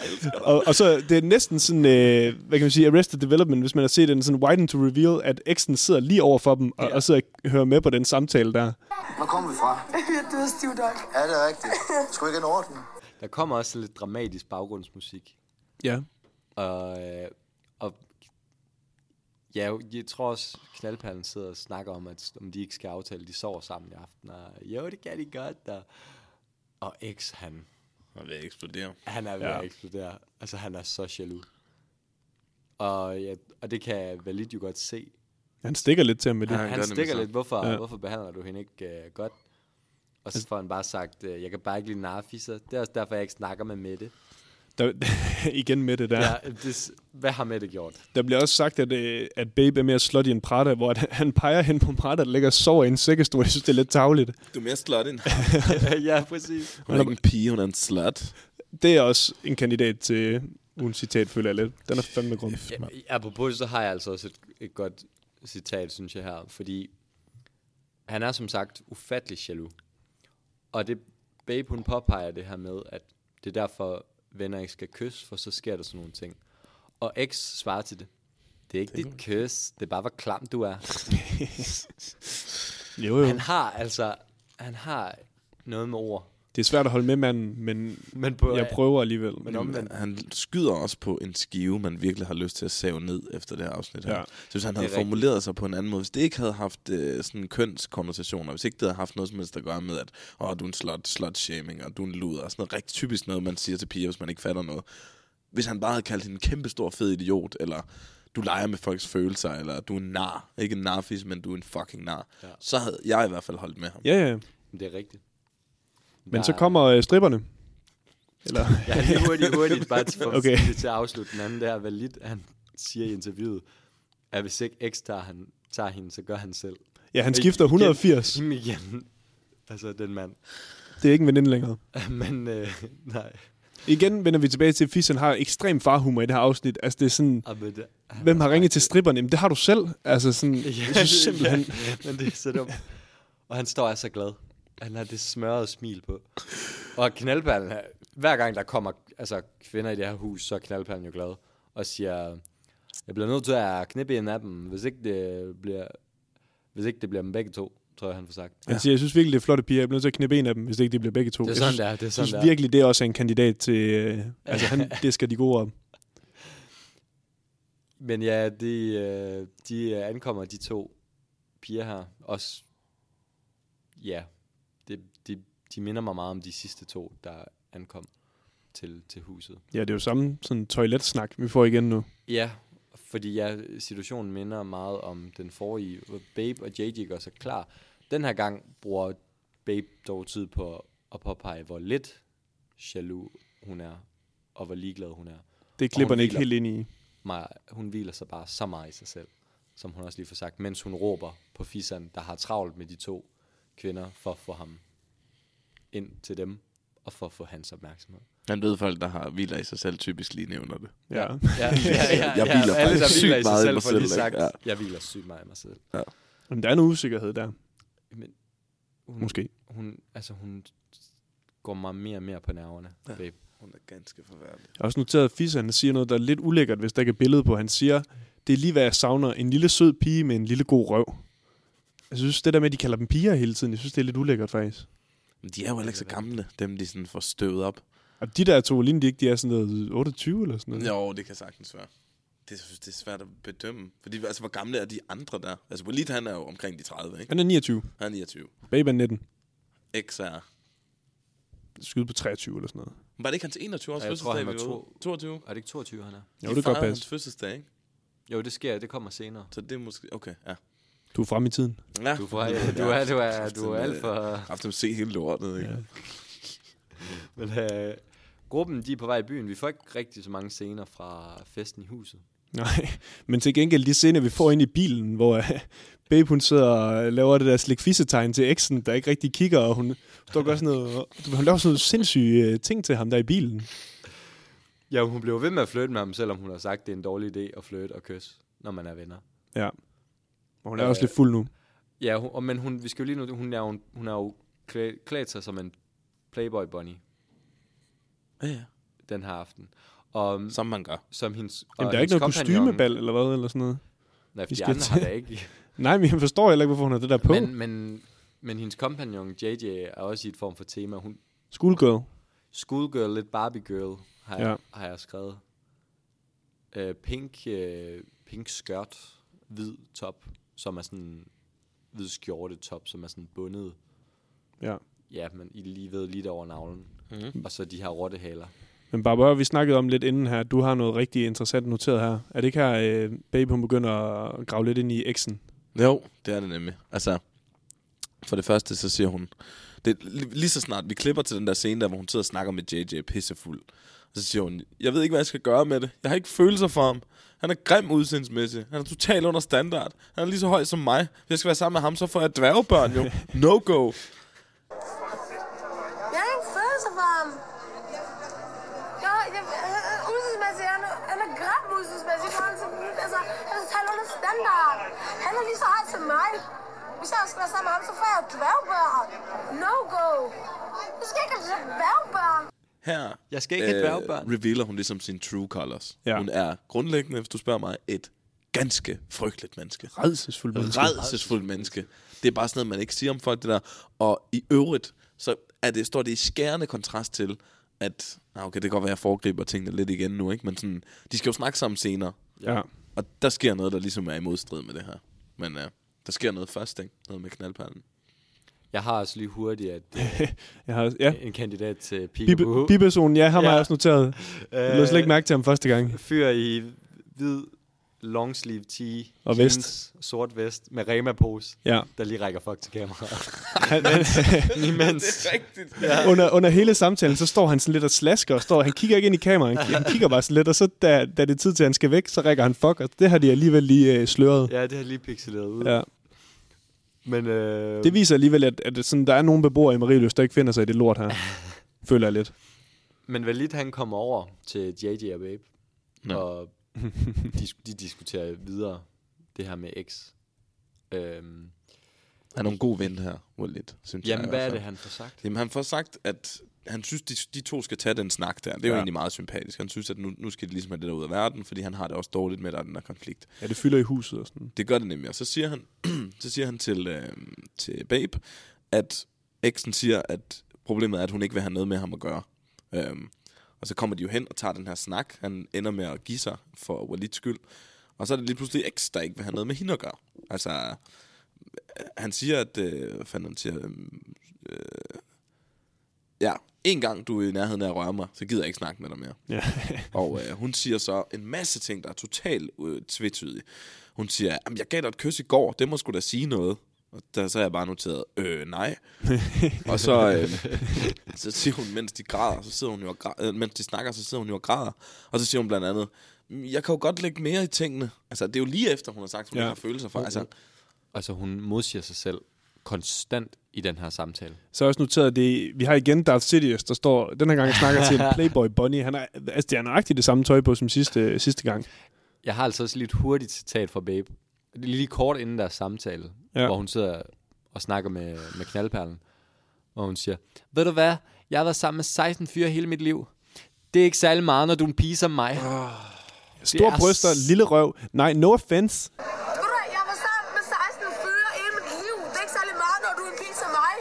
Speaker 2: Og, og så, det er næsten sådan, øh, hvad kan man sige, Arrested Development, hvis man har set den sådan widen to reveal, at eksen sidder lige over for dem, og, og sidder og hører med på den samtale der.
Speaker 7: Hvor kommer vi fra?
Speaker 8: Du er stiv dog.
Speaker 7: Er det rigtigt? Skulle ikke en orden?
Speaker 3: Der kommer også lidt dramatisk baggrundsmusik.
Speaker 2: Ja.
Speaker 3: Og, øh, og ja, jeg tror også, knaldperlen sidder og snakker om, at om de ikke skal aftale, at de sover sammen i aften. Og, jo, det kan de godt. Og, og eks, han,
Speaker 4: Og vil eksplodere.
Speaker 3: han er ved ja. at eksplodere. Altså, han er så jaloux. Og, ja, og det kan Valid jo godt se,
Speaker 2: Han stikker lidt til ham med det.
Speaker 4: Ja,
Speaker 3: han,
Speaker 4: han
Speaker 3: han
Speaker 4: gør nemlig
Speaker 3: stikker
Speaker 4: så.
Speaker 3: lidt, hvorfor,
Speaker 2: Ja.
Speaker 3: ja. hvorfor behandler du hende ikke øh, godt? Og så får han bare sagt, øh, jeg kan bare ikke lide narfisser. Det er også derfor, jeg ikke snakker med Mette.
Speaker 2: Der, igen med det der.
Speaker 3: Ja. Ja, det, s- hvad har Mette gjort?
Speaker 2: Der bliver også sagt, at, øh, at Babe er mere slutty end Prada, hvor at han peger hen på Prada, der ligger og sover i en sækkestol. Jeg synes, det er lidt tavligt.
Speaker 4: Du er mere slut end.
Speaker 3: ja, præcis.
Speaker 4: Hun er ikke en pige, hun er en slut.
Speaker 2: Det er også en kandidat til ugens citat, føler jeg lidt. Den er fandme grum.
Speaker 3: Ja, apropos, så har jeg altså også et, et godt citat, synes jeg her. Fordi han er som sagt ufattelig jaloux. Og det Babe, hun påpeger det her med, at det er derfor, venner ikke skal kysse, for så sker der sådan nogle ting. Og X svarer til det. Det er ikke dit kys, det er bare, hvor klam du er.
Speaker 2: Jo, jo.
Speaker 3: Han har altså, han har noget med ord.
Speaker 2: Det er svært at holde med manden, men
Speaker 3: Men på,
Speaker 2: jeg prøver alligevel.
Speaker 3: Men omvendt,
Speaker 4: Han skyder også på en skive, man virkelig har lyst til at save ned efter det her afsnit her.
Speaker 2: Ja.
Speaker 4: Ja. Så hvis han havde
Speaker 3: rigtigt.
Speaker 4: formuleret sig på en anden måde, hvis det ikke havde haft øh, sådan kønskonnotationer, hvis ikke det havde haft noget som helst at gøre med, at Åh, du er en slut, slut-shaming, og du er en luder, og sådan noget rigtig typisk noget, man siger til piger, hvis man ikke fatter noget. Hvis han bare havde kaldt hende en kæmpe stor fed idiot, eller du leger med folks følelser, eller du er en nar. Ikke en narfis, men du er en fucking nar. Ja. Så havde jeg i hvert fald holdt med ham.
Speaker 2: Ja, ja.
Speaker 3: det er rigtigt.
Speaker 2: Men
Speaker 3: Der-
Speaker 2: så kommer øh, stripperne. Eller,
Speaker 3: Ja, lige hurtigt, hurtigt, bare til, for
Speaker 2: Okay.
Speaker 3: okay. til at afslutte den anden der, hvad lidt han siger i interviewet, at hvis ikke X tager, han, tager hende, så gør han selv.
Speaker 2: ja, han
Speaker 3: Og
Speaker 2: skifter
Speaker 3: igen-
Speaker 2: 180.
Speaker 3: Jamen igen. Altså, den mand.
Speaker 2: Det er ikke en veninde længere.
Speaker 3: Men øh, nej.
Speaker 2: Igen vender vi tilbage til, at Fissen har ekstrem farhumor i det her afsnit. Altså, det er sådan,
Speaker 3: Og med det,
Speaker 2: hvem har ringet til stripperne? Jamen, det har du selv. Altså, sådan, jeg synes simpelthen...
Speaker 3: Ja, men det er så dumt. Og han står og er så glad. Han har det smørrede smil på. Og knaldperlen, er- hver gang der kommer altså, kvinder i det her hus, så er knaldperlen jo glad. Og siger, jeg bliver nødt til at knippe en af dem, hvis ikke det bliver, hvis ikke det bliver dem begge to, tror jeg, han får sagt.
Speaker 2: Han siger, jeg synes virkelig, det er flotte piger. Jeg bliver nødt til at knippe en af dem, hvis ikke de bliver begge to.
Speaker 3: Det er
Speaker 2: Jeg
Speaker 3: sådan,
Speaker 2: synes,
Speaker 3: det er. Det er
Speaker 2: Jeg synes
Speaker 3: sådan, det er.
Speaker 2: virkelig, det er også en kandidat til... Øh, altså, han, det skal de gode op.
Speaker 3: Men ja, de, øh, de øh, ankommer, de to piger her. Også, ja, det, de, de minder mig meget om de sidste to, der ankom til, til huset.
Speaker 2: Ja, det er jo samme sådan toiletsnak, vi får igen nu.
Speaker 3: Ja, fordi ja, situationen minder meget om den forrige, hvor Babe og JJ gør sig klar. Den her gang bruger Babe dog tid på at påpege, hvor lidt jaloux hun er, og hvor ligeglad hun er.
Speaker 2: Det klipper ikke
Speaker 3: hviler.
Speaker 2: helt ind i.
Speaker 3: Maja, hun hviler sig bare så meget i sig selv, som hun også lige får sagt, mens hun råber på fisseren, der har travlt med de to kvinder, for at få ham ind til dem, og for at få hans opmærksomhed.
Speaker 4: Han ved folk, der har hviler i sig selv, typisk lige nævner det.
Speaker 2: Ja.
Speaker 3: Ja, ja, ja,
Speaker 4: Jeg hviler
Speaker 3: alle, der
Speaker 4: faktisk
Speaker 3: hviler
Speaker 4: sygt
Speaker 3: i sig
Speaker 4: meget i
Speaker 3: selv,
Speaker 4: mig
Speaker 3: får lige
Speaker 4: selv,
Speaker 3: sagt,
Speaker 4: ikke?
Speaker 3: ja.
Speaker 4: Ja.
Speaker 3: jeg hviler sygt meget i mig selv.
Speaker 2: Men der er en usikkerhed der,
Speaker 3: Mm. Men hun,
Speaker 2: måske.
Speaker 3: hun, altså hun går mig mere og mere på nerverne, ja. babe.
Speaker 4: Hun er ganske forværdelig.
Speaker 2: Jeg har også noteret, at Fisse, han siger noget, der er lidt ulækkert, hvis der ikke er billede på. Han siger, det er lige hvad jeg savner. En lille sød pige med en lille god røv. Jeg synes, det der med, at de kalder dem piger hele tiden, jeg synes, det er lidt ulækkert faktisk.
Speaker 4: Men de er jo heller ikke så gamle, dem de sådan får støvet op.
Speaker 2: øh, Og de der to, ligner de ikke, de er sådan noget 28 eller sådan noget.
Speaker 4: Jo, det kan sagtens være. det, synes, det er svært at bedømme. Fordi, altså, hvor gamle er de andre der? Altså, Walid, han er jo omkring de 30, ikke?
Speaker 2: Han er 29.
Speaker 4: Han er 29.
Speaker 2: Babe er 19.
Speaker 4: XR.
Speaker 2: Skyde på 23 eller sådan noget.
Speaker 4: Var det ikke hans 21 års
Speaker 3: Ja, jeg tror,
Speaker 4: fødselsdag,
Speaker 3: han
Speaker 4: vi
Speaker 3: var
Speaker 4: var
Speaker 3: to-
Speaker 4: ude? 22?
Speaker 3: Er det ikke 22, han er?
Speaker 2: Jo, det kan
Speaker 4: De
Speaker 2: godt
Speaker 4: fejrede
Speaker 2: passe.
Speaker 4: hans fødselsdag, ikke?
Speaker 3: Jo, det sker. Det kommer senere.
Speaker 4: Så det er måske... Okay, ja.
Speaker 2: Du er fremme i tiden.
Speaker 4: ja.
Speaker 3: Du, får, ja, du er, du er, du er alt for...
Speaker 4: Haft dem se hele lortet, ikke? Ja.
Speaker 3: Men, øh, gruppen, de er på vej i byen. Vi får ikke rigtig så mange scener fra festen i huset.
Speaker 2: Nej, men til gengæld de scener, vi får ind i bilen, hvor øh, Babe hun sidder og øh, laver det der slikfissetegn til eksen, der ikke rigtig kigger, og hun står godt sådan noget, du, hun laver sådan nogle sindssyge øh, ting til ham der i bilen.
Speaker 3: Ja, hun blev ved med at flytte med ham, selvom hun har sagt, det er en dårlig idé at flytte og kysse, når man er venner.
Speaker 2: Ja. Og hun er også lidt fuld nu.
Speaker 3: Ja, hun, og- men hun, vi skal jo lige nu, hun er jo, en- hun er jo klæ, klædt sig som en playboy bunny
Speaker 4: ja.
Speaker 3: den her aften. Og um,
Speaker 4: Som man gør.
Speaker 3: som hendes... og
Speaker 2: Jamen, der er
Speaker 3: hendes
Speaker 2: ikke noget
Speaker 3: kompagnon-
Speaker 2: kostymebal eller hvad, eller sådan noget.
Speaker 3: Nej, for
Speaker 2: Vi
Speaker 3: de
Speaker 2: skal
Speaker 3: andre har
Speaker 2: til-
Speaker 3: da ikke.
Speaker 2: Nej, men jeg forstår heller ikke, hvorfor hun har det der på.
Speaker 3: Men, men, men hendes kompagnon, JJ, er også i et form for tema. Hun
Speaker 2: Schoolgirl.
Speaker 3: schoolgirl, lidt Barbie girl, har, ja.
Speaker 2: Ja.
Speaker 3: jeg, har jeg skrevet. Øh, pink, øh, pink skørt, hvid top, som er sådan hvid skjorte top, som er sådan bundet.
Speaker 2: Ja.
Speaker 3: Ja, men I lige ved lige over navlen. Mm. Og så de her rottehaler.
Speaker 2: Men Barbara, vi snakkede om lidt inden her, du har noget rigtig interessant noteret her. Er det ikke her, øh, Babe hun begynder at grave lidt ind i eksen?
Speaker 4: Jo, det er det nemlig. Altså, for det første, så siger hun... Det, li- lige så snart vi klipper til den der scene der, hvor hun sidder og snakker med JJ pissefuld, og så siger hun, jeg ved ikke, hvad jeg skal gøre med det. Jeg har ikke følelser for ham. Han er grim udseendsmæssigt. Han er totalt under standard. Han er lige så høj som mig. Hvis jeg skal være sammen med ham, så får jeg dværgebørn jo. No go.
Speaker 6: Jeg har ikke følelse for ham. Jeg, jeg, han er udsensmæssig. Han er, han er grim udsensmæssig. Altså, han er totalt under standard. Han er lige så høj som mig. Hvis jeg skal være sammen med ham, så får jeg dværgbørn. No go. Du skal ikke have dværgbørn.
Speaker 4: Her øh,
Speaker 3: Jeg skal ikke have dværgebørn.
Speaker 4: revealer hun ligesom sine true colors.
Speaker 2: Ja.
Speaker 4: Ja. Hun er grundlæggende, hvis du spørger mig, et ganske frygteligt menneske.
Speaker 2: Redselsfuld menneske.
Speaker 4: Redselsfuldt menneske. Det er bare sådan noget, man ikke siger om folk, det der. Og i øvrigt, så er det, står det i skærende kontrast til, at... Ah, okay, det kan godt være, jeg foregriber tingene lidt igen nu, ikke? Men sådan, de skal jo snakke sammen senere.
Speaker 2: Ja.
Speaker 4: Og der sker noget, der ligesom er i modstrid med det her. Men uh, der sker noget først, ikke? Noget med knaldperlen.
Speaker 3: Jeg har også lige hurtigt at, øh,
Speaker 2: Jeg har, ja.
Speaker 3: en kandidat til
Speaker 2: Bibe,
Speaker 3: Peekaboo.
Speaker 2: bipersonen, ja, ham ja.
Speaker 3: Ja.
Speaker 2: har jeg også noteret. Jeg lå slet ikke
Speaker 3: Øh,
Speaker 2: mærke til ham første gang.
Speaker 3: Fyr i hvid long sleeve tee.
Speaker 2: Og
Speaker 3: jeans,
Speaker 2: vest.
Speaker 3: Sort vest med Rema-pose.
Speaker 2: Ja.
Speaker 3: Der lige rækker fuck til kameraet.
Speaker 2: Han, han,
Speaker 3: Imens.
Speaker 4: Rigtigt.
Speaker 2: under, under hele samtalen, så står han sådan lidt og slasker, og står, han kigger ikke ind i kameraet, han, han kigger bare sådan lidt, og så da, da det er tid til, at han skal væk, så rækker han fuck, og det har de alligevel lige øh, sløret.
Speaker 3: Ja, det har lige pixeleret ud.
Speaker 2: Ja.
Speaker 3: Men, øh,
Speaker 2: Det viser alligevel, at, at sådan, der er nogle beboere i Marieløs, der ikke finder sig i det lort her. Føler jeg lidt.
Speaker 3: Men Valid, han kommer over til JJ og Babe,
Speaker 4: Nå.
Speaker 3: og de, de diskuterer videre det her med X. Øhm,
Speaker 4: Han er en god ven her, Walid, synes jeg.
Speaker 3: jamen,
Speaker 4: i
Speaker 3: hvad
Speaker 4: hvert
Speaker 3: er
Speaker 4: fald.
Speaker 3: det, han får sagt?
Speaker 4: Jamen, han får sagt, at han synes, de, de to skal tage den snak der. Det er jo
Speaker 2: Ja.
Speaker 4: egentlig meget sympatisk. Han synes, at nu, nu skal de ligesom have det der ud af verden, fordi han har det også dårligt med, at der er den der konflikt.
Speaker 2: Ja, det fylder i huset og sådan.
Speaker 4: Det gør det nemlig. Og så siger han, så siger han til, øh, til Babe, at eksen siger, at problemet er, at hun ikke vil have noget med ham at gøre. Øhm, og så kommer de jo hen og tager den her snak. Han ender med at give sig for Walids skyld. Og så er det lige pludselig eks, der ikke vil have noget med hende at gøre. Altså, øh, han siger, at... Øh, hvad fanden han siger? Øh, øh, ja, en gang du er i nærheden af at røre mig, så gider jeg ikke snakke med dig mere.
Speaker 2: Ja.
Speaker 4: Og øh, hun siger så en masse ting, der er totalt øh, tvetydige. Hun siger, at jeg gav dig et kys i går, det må skulle da sige noget. Og der, så har jeg bare noteret, øh, nej. og så, øh, så siger hun, mens de græder, så sidder hun jo og græder, øh, mens de snakker, så sidder hun jo og græder. Og så siger hun blandt andet, "Mm, jeg kan jo godt lægge mere i tingene. Altså, det er jo lige efter, hun har sagt, at hun
Speaker 2: Ja.
Speaker 4: ja. har følelser for. Altså,
Speaker 3: Altså, hun modsiger sig selv konstant i den her samtale.
Speaker 2: Så har jeg også noteret, at det, vi har igen Darth Sidious, der står, den her gang jeg snakker til en Playboy Bunny. Han er, altså, det er nøjagtigt det samme tøj på som sidste, sidste gang.
Speaker 3: Jeg har altså også lige et hurtigt citat fra Babe. Det er Lige kort inden deres samtale, ja.
Speaker 2: Ja.
Speaker 3: hvor hun sidder og snakker med, med knaldperlen. Og hun siger, ved du hvad, jeg har været sammen med 16 fyre hele mit liv. Det er ikke særlig meget, når du er en pige som mig.
Speaker 2: Store
Speaker 3: er s-
Speaker 2: bryster, lille røv. Nej, no offense.
Speaker 6: Ved du hvad, jeg var sammen med 16 fyre hele mit liv. Det er ikke særlig meget, når du er en pige som mig.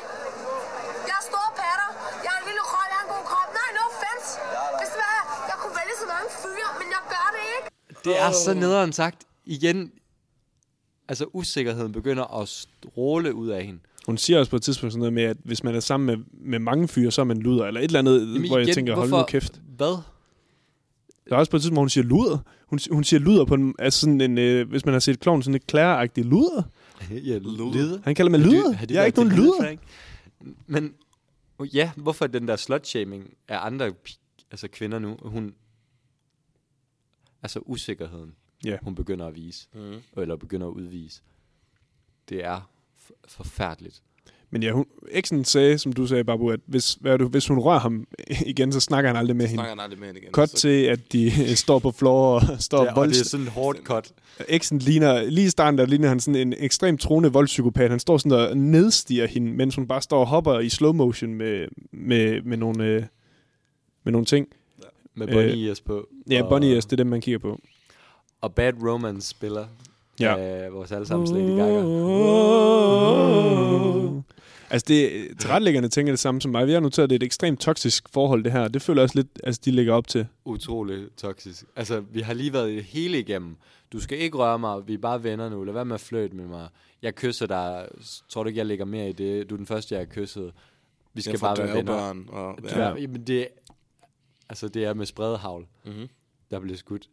Speaker 6: Jeg har store patter, jeg har en lille krop, jeg har en god krop. Nej, no offense. Hvis det var, jeg kunne vælge så mange fyre, men jeg gør det ikke.
Speaker 3: Det er så nederen sagt. Igen, altså usikkerheden begynder at stråle ud af hende.
Speaker 2: Hun siger også på et tidspunkt sådan noget med, at hvis man er sammen med, med mange fyre, så er man luder, eller et eller andet, Jamen, hvor jeg tænker, hold nu kæft.
Speaker 3: Hvad?
Speaker 2: Der er også på et tidspunkt, hvor hun siger luder. Hun, hun siger luder på en, altså sådan en, øh, hvis man har set kloven, sådan en klæragtig luder.
Speaker 3: Ja, luder.
Speaker 2: Han kalder mig luder. Jeg er ikke nogen luder.
Speaker 3: Men oh, ja, hvorfor den der slutshaming af andre pi- altså kvinder nu? Hun, altså usikkerheden,
Speaker 2: Ja.
Speaker 3: hun begynder at vise, mm. eller begynder at udvise. Det er f- forfærdeligt.
Speaker 2: Men ja, hun, eksen sagde, som du sagde, Babu, at hvis, hvad er du, hvis hun rører ham igen, så snakker han aldrig med hende.
Speaker 4: Snakker han aldrig med hende igen.
Speaker 2: Cut
Speaker 4: Så-
Speaker 2: til, at de øh, står på floor og står ja,
Speaker 3: og det er
Speaker 2: volds.
Speaker 3: sådan en hårdt cut.
Speaker 2: Eksen ligner, lige i starten, der ligner han sådan en ekstremt troende voldspsykopat. Han står sådan og nedstiger hende, mens hun bare står og hopper i slow motion med, med, med, nogle, øh, med nogle ting.
Speaker 3: Med
Speaker 2: Øh,
Speaker 3: Bonnie øh, på.
Speaker 2: Ja,
Speaker 3: og,
Speaker 2: Bonnie E S, det er dem, man kigger på.
Speaker 3: Og Bad Romance spiller.
Speaker 2: Ja.
Speaker 3: Øh, vores allesammens Lady Gaga.
Speaker 2: Altså, det, tilrettelæggerne tænker det samme som mig. Vi har noteret, at det er et ekstremt toksisk forhold, det her. Det føler jeg også lidt, altså, de lægger op til.
Speaker 3: Utrolig toksisk. Altså, vi har lige været det hele igennem. Du skal ikke røre mig, vi er bare venner nu. Lad være med at flirte med mig. Jeg kysser dig. Tror du ikke, jeg lægger mere i det? Du er den første, jeg har kysset. Vi skal
Speaker 4: Jeg
Speaker 3: bare
Speaker 4: får
Speaker 3: være venner.
Speaker 4: dørbarn. Og, ja.
Speaker 3: Ja. Jamen det, altså det er med spredehavl,
Speaker 4: Mhm.
Speaker 3: der bliver skudt.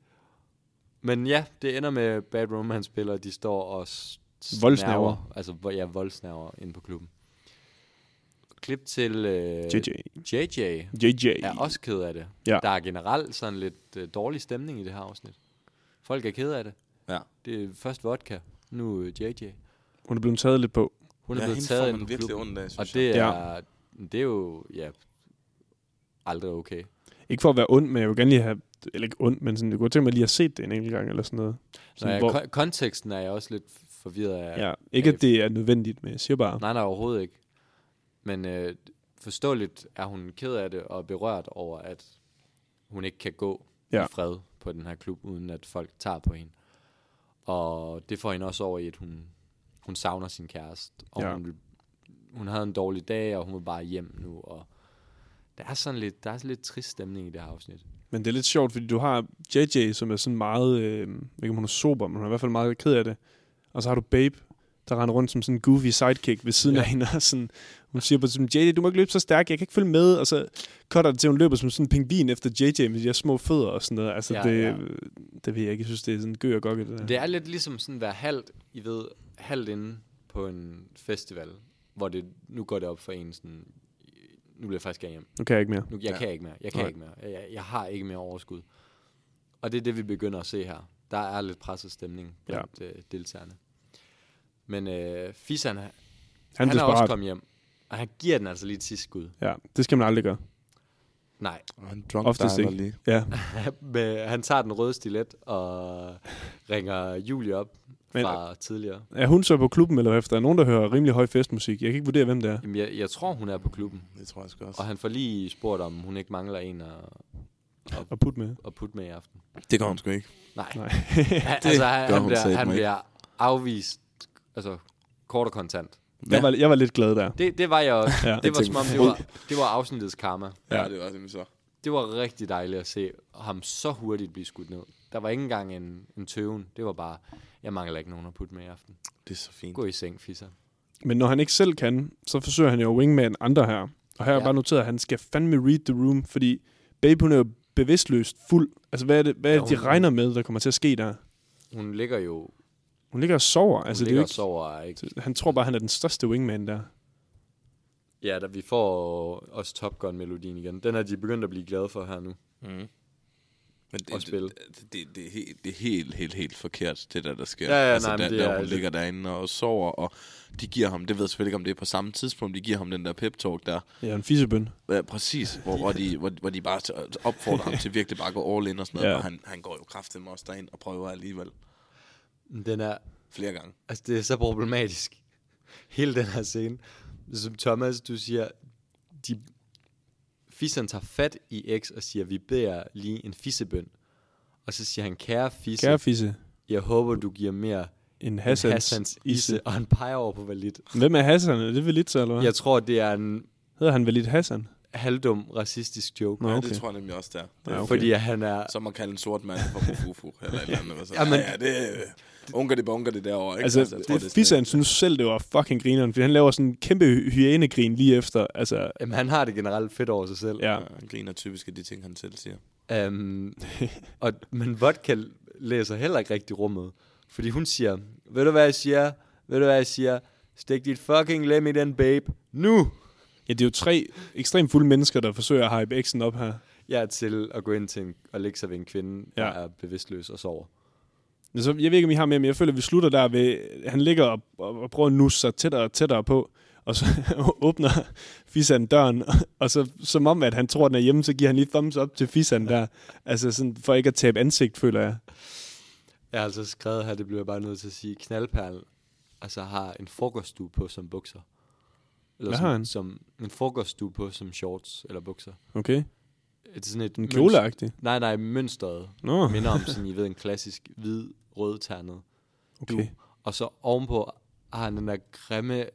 Speaker 3: Men ja, det ender med Bad Romance-spillere, de står og s- snærver.
Speaker 2: Voldsnærver.
Speaker 3: Altså, vo- ja, voldsnæver inde på klubben. Klip til øh,
Speaker 2: JJ.
Speaker 3: JJ
Speaker 2: JJ.
Speaker 3: er også ked af det.
Speaker 2: Ja.
Speaker 3: Der er generelt sådan lidt øh, dårlig stemning i det her afsnit. Folk er ked af det.
Speaker 4: Ja.
Speaker 3: Det er først vodka, nu øh, JJ.
Speaker 2: Hun er blevet taget lidt på.
Speaker 3: Hun er
Speaker 4: Ja,
Speaker 3: blevet
Speaker 4: hende
Speaker 3: taget
Speaker 4: får
Speaker 3: ind
Speaker 4: man
Speaker 3: på
Speaker 4: virkelig
Speaker 3: klubben.
Speaker 4: ondt af, synes
Speaker 3: Og
Speaker 4: jeg.
Speaker 3: det
Speaker 2: Ja.
Speaker 3: er, det er jo ja, aldrig okay.
Speaker 2: Ikke for at være ond, men jeg vil gerne lige have... Eller ikke ond, men sådan, jeg kunne godt tænke mig lige at have set det en enkelt gang, eller sådan noget.
Speaker 3: Nå,
Speaker 2: Sådan,
Speaker 3: ja,
Speaker 2: hvor,
Speaker 3: kon- konteksten er jeg også lidt forvirret af.
Speaker 2: ja, ikke at det er nødvendigt, men jeg siger bare...
Speaker 3: Nej, nej, overhovedet ikke. Men øh, forståeligt er hun ked af det og berørt over, at hun ikke kan gå ja.
Speaker 2: Ja.
Speaker 3: i fred på den her klub, uden at folk tager på hende. Og det får hende også over i, at hun, hun savner sin kæreste. Og ja.
Speaker 2: Ja.
Speaker 3: hun, vil- hun havde en dårlig dag, og hun vil bare hjem nu. Og der er sådan lidt, der er sådan lidt trist stemning i det her afsnit.
Speaker 2: Men det er lidt sjovt, fordi du har JJ, som er sådan meget, øh, jeg ved ikke om hun er sober, men hun er i hvert fald meget ked af det. Og så har du Babe, der render rundt som sådan en goofy sidekick ved siden ja. af hende. Og sådan, hun siger på sådan, JJ, du må ikke løbe så stærkt, jeg kan ikke følge med. Og så cutter det til, at hun løber som sådan en pingvin efter JJ med de her små fødder og sådan noget. Altså
Speaker 3: Ja,
Speaker 2: ja, det,
Speaker 3: ja.
Speaker 2: ja. det ved jeg ikke, jeg synes, det er sådan gø og gokke, det der.
Speaker 3: Det er lidt ligesom sådan at være halvt, I ved, halvt inde på en festival, hvor det, nu går det op for en sådan, nu bliver jeg faktisk gerne hjem.
Speaker 2: Nu kan jeg ikke mere.
Speaker 3: Nu, jeg ja.
Speaker 4: Ja.
Speaker 3: kan ikke mere, jeg kan
Speaker 2: Nej.
Speaker 3: ikke mere, jeg, jeg har ikke mere overskud. Og det er det, vi begynder at se her. Der er lidt presset stemning blandt ja. øh, deltagerne. Men øh, Fisan, han,
Speaker 2: Han,
Speaker 3: han
Speaker 2: han
Speaker 3: er også
Speaker 2: desperat.
Speaker 3: kommet hjem, og han giver den altså lige et sidste skud.
Speaker 2: Ja, det skal man aldrig gøre.
Speaker 3: Nej,
Speaker 4: Og han drunk
Speaker 2: Oftest
Speaker 4: diver
Speaker 2: ikke.
Speaker 4: lige.
Speaker 2: Ja.
Speaker 3: Med, han tager den røde stilet og ringer Julie op
Speaker 2: Men-
Speaker 3: fra tidligere.
Speaker 2: Er hun så på klubben, eller hvad? For Der er nogen, der hører rimelig høj festmusik. Jeg kan ikke vurdere, hvem det er.
Speaker 3: Jamen, jeg, jeg tror, hun er på klubben.
Speaker 4: Det tror jeg sgu også.
Speaker 3: Og han får lige spurgt, om hun ikke mangler en at,
Speaker 2: Og put med.
Speaker 3: at putte med i aften.
Speaker 4: Det gør hun sgu ikke.
Speaker 3: Nej.
Speaker 2: Nej.
Speaker 3: Han, altså, han,
Speaker 4: gør
Speaker 3: han,
Speaker 4: hun
Speaker 3: bliver,
Speaker 4: satme
Speaker 3: han
Speaker 4: ikke.
Speaker 3: bliver afvist, altså kort og kontant.
Speaker 2: Jeg var, jeg var lidt glad der.
Speaker 3: Det, det var jeg også.
Speaker 2: Ja,
Speaker 3: ja, det var som om, det var, det var afsnittets karma.
Speaker 2: Ja.
Speaker 4: det var simpelthen så.
Speaker 3: Det var rigtig dejligt at se ham så hurtigt blive skudt ned. Der var ikke engang en, en tøven. Det var bare, jeg mangler ikke nogen at putte med i aften.
Speaker 4: Det er så fint.
Speaker 3: Gå i seng, fisser.
Speaker 2: Men når han ikke selv kan, så forsøger han jo at wingman andre her. Og her har jeg
Speaker 3: Ja.
Speaker 2: bare noteret, at han skal fandme read the room, fordi Babe hun er jo bevidstløst fuld. Altså, hvad er det, hvad er
Speaker 3: Ja,
Speaker 2: det de
Speaker 3: hun-
Speaker 2: regner med, der kommer til at ske der?
Speaker 3: Hun ligger jo hun
Speaker 2: Hun ligger og sover. Altså, det er
Speaker 3: ligger
Speaker 2: jo
Speaker 3: og sover. og er Ikke?
Speaker 2: ikke... Han tror bare, han er den største wingman der.
Speaker 3: Ja, da vi får også Top Gun-melodien igen. Den er de begyndt at blive glade for her nu.
Speaker 4: Men
Speaker 3: Og spille.
Speaker 4: Det, det, det, er helt, det er helt, helt, helt forkert, det der, der sker.
Speaker 3: Ja, ja,
Speaker 4: altså,
Speaker 3: nej, men
Speaker 4: der,
Speaker 3: det
Speaker 4: der,
Speaker 3: er
Speaker 4: hun
Speaker 3: lidt-
Speaker 4: ligger derinde og sover, og de giver ham, det ved jeg selvfølgelig ikke, om det er på samme tidspunkt, de giver ham den der pep-talk der.
Speaker 2: Ja, en fissebøn.
Speaker 4: Ja, præcis, hvor, hvor, de, hvor, hvor de bare t- opfordrer ham til virkelig bare at gå all in og sådan noget,
Speaker 2: Ja.
Speaker 4: ja. og han, han går jo kraftigt også derind og prøver alligevel
Speaker 3: Den er,
Speaker 4: flere gange.
Speaker 3: Altså, det er så problematisk. Hele den her scene. Som Thomas, du siger, de, fisseren tager fat i X og siger, vi beder lige en fissebøn. Og så siger han, kære fisse,
Speaker 2: Kære fisse.
Speaker 3: jeg håber, du giver mere
Speaker 2: En
Speaker 3: end
Speaker 2: Hassans,
Speaker 3: Hassans
Speaker 2: isse.
Speaker 3: isse. Og han peger over på Valit.
Speaker 2: Hvem er Hassan? Er det Valit så, eller hvad?
Speaker 3: Jeg tror, det er en...
Speaker 2: Hedder han Valit Hassan?
Speaker 3: halvdum racistisk joke.
Speaker 2: Nå,
Speaker 3: Nå,
Speaker 4: Ja,
Speaker 2: okay.
Speaker 4: det tror jeg nemlig også, der. det er.
Speaker 2: Ja, okay.
Speaker 3: Fordi at han er...
Speaker 4: Som at kalde en sort mand for fufu, eller et eller andet. og Så,
Speaker 3: Jamen-
Speaker 4: ja, ja, det er unker det bunker det derovre. Ikke?
Speaker 2: Altså,
Speaker 4: jeg
Speaker 2: altså
Speaker 4: tror,
Speaker 2: det,
Speaker 4: er sådan
Speaker 2: Fisan synes selv, det var fucking grineren, fordi han laver sådan en kæmpe hy- hyænegrin lige efter. Altså,
Speaker 3: Jamen, han har det generelt fedt over sig selv.
Speaker 2: ja.
Speaker 4: lidt- Ja, han øh, griner typisk af de ting, han selv siger.
Speaker 3: Um, og, men vodka læser heller ikke rigtig rummet. Fordi hun siger, ved du hvad jeg siger? Ved du hvad jeg siger? Stik dit fucking lem i den babe. Nu!
Speaker 2: ja, det er jo tre ekstremt fulde mennesker, der forsøger at hype X'en op her.
Speaker 3: Jeg er til at gå ind til en, og lægge sig ved en kvinde, ja. der
Speaker 2: Ja.
Speaker 3: er bevidstløs og sover.
Speaker 2: Men Så, jeg ved ikke, om I har mere, men jeg føler, at vi slutter der ved... Han ligger og, og, og prøver at nusse sig tættere og tættere på, og så åbner Fisan døren, og så som om, at han tror, den er hjemme, så giver han lige thumbs up til Fisan der. Altså sådan, for ikke at tabe ansigt, føler jeg.
Speaker 3: Jeg har altså skrevet her, det bliver jeg bare nødt til at sige, knaldperl altså har en frokoststue på som bukser. Eller
Speaker 2: Hvad
Speaker 3: som,
Speaker 2: har han?
Speaker 3: Som, en frokoststue på som shorts eller bukser.
Speaker 2: Okay.
Speaker 3: Det er sådan et
Speaker 2: En
Speaker 3: mønst-
Speaker 2: kjoleagtig.
Speaker 3: Nej, nej, mønstret.
Speaker 2: Nå.
Speaker 3: Minder om sådan, I ved, en klassisk hvid rød ternet.
Speaker 2: Okay.
Speaker 3: Og så ovenpå har han den der grimme,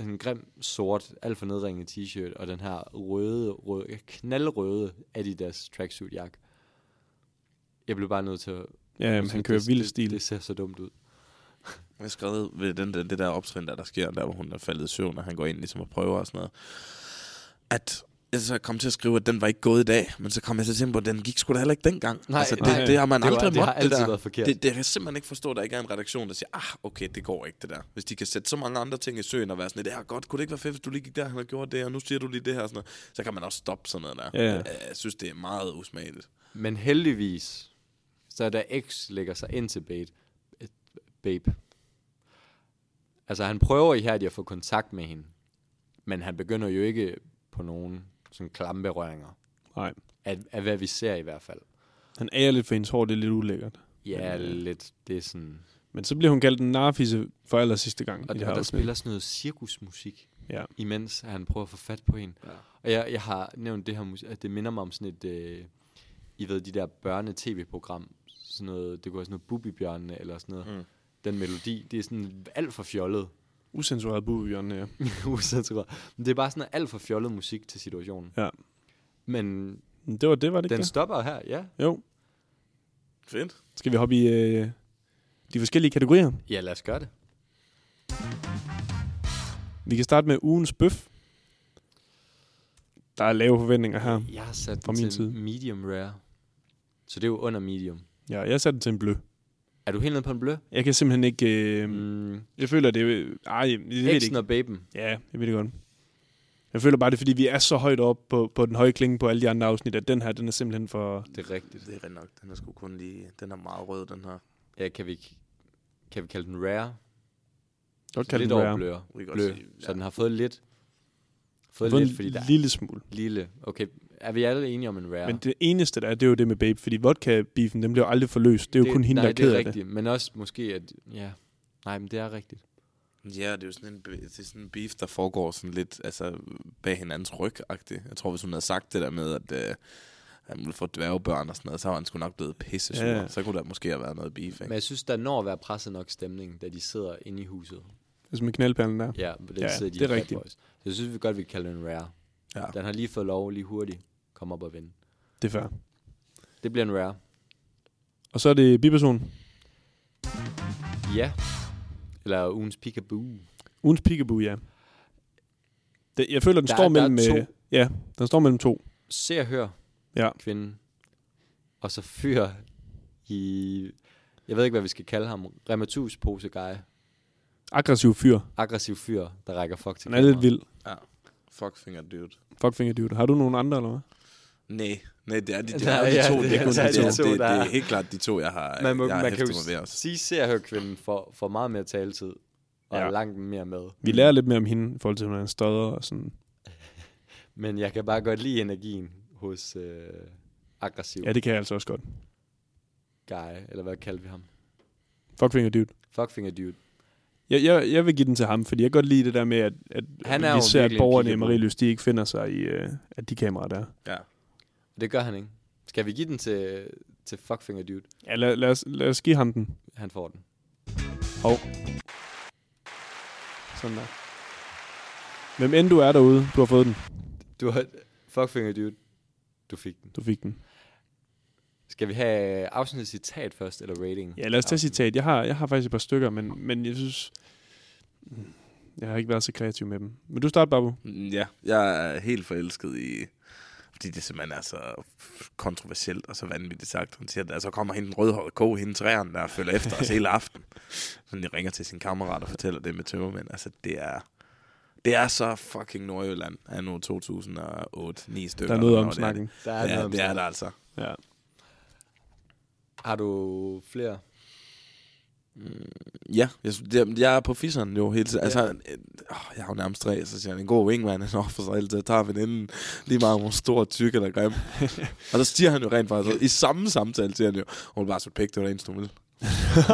Speaker 3: en grim sort, alt for nedringet t-shirt, og den her røde, røde knaldrøde Adidas tracksuit jakke. Jeg blev bare nødt til at...
Speaker 2: Ja, jamen, han
Speaker 3: synes,
Speaker 2: kører
Speaker 3: Altså, det-
Speaker 2: vild
Speaker 3: det-
Speaker 2: stil.
Speaker 3: Det ser så dumt ud.
Speaker 4: Jeg har skrevet ved den der, det der optrin, der, der sker, der hvor hun er faldet i søvn, og han går ind ligesom og prøver og sådan noget, at jeg så kom til at skrive, at den var ikke gået i dag, men så kom jeg til at tænke på, at den gik sgu da heller ikke dengang.
Speaker 3: Nej,
Speaker 4: altså, det,
Speaker 3: nej.
Speaker 4: det, har man
Speaker 3: Det var-
Speaker 4: aldrig
Speaker 3: det har
Speaker 4: måttet,
Speaker 3: altid
Speaker 4: der.
Speaker 3: været forkert.
Speaker 4: Det, det, kan jeg simpelthen ikke forstå, at der ikke er en redaktion, der siger, ah, okay, det går ikke det der. Hvis de kan sætte så mange andre ting i søen og være sådan, det her godt, kunne det ikke være fedt, hvis du lige gik der, han har gjort det, og nu siger du lige det her, og sådan noget. så kan man også stoppe sådan noget der.
Speaker 2: Ja.
Speaker 4: Jeg, jeg, synes, det er meget usmageligt.
Speaker 3: Men heldigvis, så da X lægger sig ind til Babe, øh, babe. altså han prøver ihærdigt at få kontakt med hende, men han begynder jo ikke på nogen sådan klamme berøringer,
Speaker 2: Nej.
Speaker 3: af, af hvad vi ser i hvert fald.
Speaker 2: Han ærer lidt for hendes hår, det er lidt ulækkert.
Speaker 3: Ja, lidt, det er sådan...
Speaker 2: Men så bliver hun kaldt en narfisse for aller sidste gang.
Speaker 3: Og,
Speaker 2: i
Speaker 3: og
Speaker 2: det
Speaker 3: der
Speaker 2: her afsnit.
Speaker 3: spiller sådan noget cirkusmusik,
Speaker 2: Ja.
Speaker 3: imens han prøver at få fat på hende. Ja. Og jeg, jeg har nævnt det her musik, at det minder mig om sådan et, øh, I ved, de der børne-tv-program, sådan noget, det kunne være sådan noget Bubibjørnene eller sådan noget. Mm. Den melodi, det er sådan alt for fjollet.
Speaker 2: Usensureret bubebjørn, ja.
Speaker 3: usensureret. Men det er bare sådan noget alt for fjollet musik til situationen.
Speaker 2: ja.
Speaker 3: Men
Speaker 2: Men Det var det, var det ikke
Speaker 3: den
Speaker 2: det?
Speaker 3: stopper her, ja.
Speaker 2: Jo.
Speaker 4: Fedt.
Speaker 2: Skal vi hoppe i øh, de forskellige kategorier?
Speaker 3: Ja, lad os gøre det.
Speaker 2: Vi kan starte med ugens bøf. Der er lave forventninger her.
Speaker 3: Jeg har sat
Speaker 2: Fra
Speaker 3: den
Speaker 2: min
Speaker 3: til
Speaker 2: side.
Speaker 3: medium rare. Så det er jo under medium.
Speaker 2: Ja, jeg satte den til en blø.
Speaker 3: Er du helt nede på en blø?
Speaker 2: Jeg kan simpelthen ikke... Øh, mm.
Speaker 3: Mm,
Speaker 2: Jeg føler, det er... Ej, jeg ved det
Speaker 3: X'en
Speaker 2: ikke.
Speaker 3: og baben.
Speaker 2: Ja, jeg ved det godt. Jeg føler bare, det er, fordi vi er så højt oppe på, på den høje klinge på alle de andre afsnit, at den her, den er simpelthen for...
Speaker 3: Det er rigtigt.
Speaker 4: Det er rigtig nok. Den er sgu kun lige... Den er meget rød, den her.
Speaker 3: Ja, kan vi, kan vi kalde den rare?
Speaker 2: Godt kalde
Speaker 3: lidt
Speaker 2: den rare.
Speaker 3: overblør.
Speaker 4: Vi kan godt
Speaker 3: Blø.
Speaker 4: sige, ja.
Speaker 3: Så den har fået lidt. Fået
Speaker 2: Fået
Speaker 3: lidt, fordi
Speaker 2: en
Speaker 3: der er
Speaker 2: lille smule.
Speaker 3: lille. Okay, er vi alle enige om en rare?
Speaker 2: Men det eneste, der er, det er jo det med Babe, fordi vodka-beefen, den bliver aldrig forløst. Det er jo kun hende,
Speaker 3: nej,
Speaker 2: der er ked
Speaker 3: det er
Speaker 2: af det.
Speaker 3: rigtigt. Men også måske, at... Ja, nej, men det er rigtigt.
Speaker 4: Ja, det er jo sådan en, be- det er sådan en beef, der foregår sådan lidt altså, bag hinandens ryg -agtigt. Jeg tror, hvis hun havde sagt det der med, at øh, han ville få dværgebørn og sådan noget, så var han sgu nok blevet pisse sur.
Speaker 2: Ja, ja.
Speaker 4: Ja. Så kunne der måske have været noget beef,
Speaker 3: Men
Speaker 4: ikke?
Speaker 3: jeg synes, der når at være presset nok stemning, da de sidder inde i huset.
Speaker 2: Altså med knaldperlen der.
Speaker 3: Ja, på den
Speaker 2: Ja,
Speaker 3: side, de
Speaker 2: det er
Speaker 3: Fat
Speaker 2: rigtigt.
Speaker 3: Boys. Så jeg synes vi godt, vi kan kalde den en rare.
Speaker 4: Ja.
Speaker 3: Den har lige fået lov lige hurtigt. Kom op og vinde.
Speaker 2: Det er fair.
Speaker 3: Det bliver en rare.
Speaker 2: Og så er det biperson.
Speaker 3: Ja. Eller ugens peekaboo.
Speaker 2: Ugens peekaboo, ja. Det, jeg føler, den
Speaker 3: Der-
Speaker 2: står
Speaker 3: der er
Speaker 2: mellem... øh,
Speaker 3: to.
Speaker 2: ja, den står mellem to.
Speaker 3: Se og hør.
Speaker 2: Ja.
Speaker 3: kvinden. Og så fyr i, jeg ved ikke, hvad vi skal kalde ham, rematus pose guy.
Speaker 2: Aggressiv fyr.
Speaker 3: Aggressiv fyr, der rækker fuck til
Speaker 2: Han er lidt
Speaker 3: kameraet.
Speaker 2: vild.
Speaker 4: ja. Fuck finger dude.
Speaker 2: Fuckfinger dude. Har du nogen andre, eller hvad?
Speaker 4: Nej, nej, det er de, det
Speaker 3: Nej,
Speaker 4: er jo de
Speaker 3: ja,
Speaker 4: to.
Speaker 3: det
Speaker 4: Det er
Speaker 3: er-
Speaker 4: kun
Speaker 3: der er
Speaker 4: de
Speaker 3: de
Speaker 4: to.
Speaker 3: to,
Speaker 4: Det, det
Speaker 3: der-
Speaker 4: er helt klart de to, jeg har,
Speaker 3: Man, må,
Speaker 4: jeg har
Speaker 3: man kan
Speaker 4: hæftet mig ved
Speaker 3: jo
Speaker 4: også.
Speaker 3: sige, se og hør kvinden for, for meget mere taletid, og
Speaker 2: Ja.
Speaker 3: ja. langt mere med.
Speaker 2: Vi lærer lidt mere om hende, i forhold til, hvordan han stodder og sådan.
Speaker 3: Men jeg kan bare godt lide energien hos øh, aggressiv
Speaker 2: Ja, det kan jeg altså også godt.
Speaker 3: guy, eller hvad kaldte vi ham?
Speaker 2: Fuckfinger dude.
Speaker 3: Fuckfinger dude.
Speaker 2: Jeg, jeg, jeg vil give den til ham, fordi jeg kan godt lide det der med, at, at
Speaker 3: Han
Speaker 2: vi
Speaker 3: er jo
Speaker 2: ser, at
Speaker 3: virkelig en
Speaker 2: borgerne i
Speaker 3: peekaboo.
Speaker 2: Marielys, de ikke finder sig i øh, at de kameraer der. er.
Speaker 4: Ja.
Speaker 3: Det gør han ikke. Skal vi give den til, til fuckfinger dude?
Speaker 2: Ja, lad, lad, os, lad os give ham den.
Speaker 3: Han får den.
Speaker 2: Hov. Sådan der. Hvem end du er derude, du har fået den.
Speaker 3: Du har, Fuckfinger dude, du fik den.
Speaker 2: Du fik den.
Speaker 3: Skal vi have afsnittet citat først, eller rating?
Speaker 2: Ja, lad os tage citat. Jeg har, jeg har faktisk et par stykker, men, men jeg synes... mm, Jeg har ikke været så kreativ med dem. Men du starter, Babu.
Speaker 4: Mm, Ja, jeg er helt forelsket i... Fordi det simpelthen er så kontroversielt og så vanvittigt sagt. Hun siger, at så kommer hende den rødhårede ko, hende træerne, der følger efter os hele aften. Så de ringer til sin kammerat og fortæller det med tømmermænd. Altså, det er... Det er så fucking Nordjylland af nu 2008 9 stykker.
Speaker 2: Der er noget
Speaker 4: hvornår
Speaker 2: om snakken.
Speaker 4: Det
Speaker 3: Der
Speaker 4: er,
Speaker 3: er
Speaker 4: det.
Speaker 3: noget
Speaker 4: ja,
Speaker 3: om
Speaker 4: det er
Speaker 3: snakken.
Speaker 4: der altså.
Speaker 2: Ja.
Speaker 3: Har du flere?
Speaker 4: Ja, jeg, synes- det- jeg er på fisseren jo hele tiden. Altså, øh, åh, jeg har jo nærmest tre, så siger han, en god wingman, han offer sig hele tiden, tager veninden lige meget, om hun er stor, tyk eller grim. og så siger han jo rent faktisk, altså, i samme samtale siger han jo, hun er bare så pæk, det var det eneste, hun ville.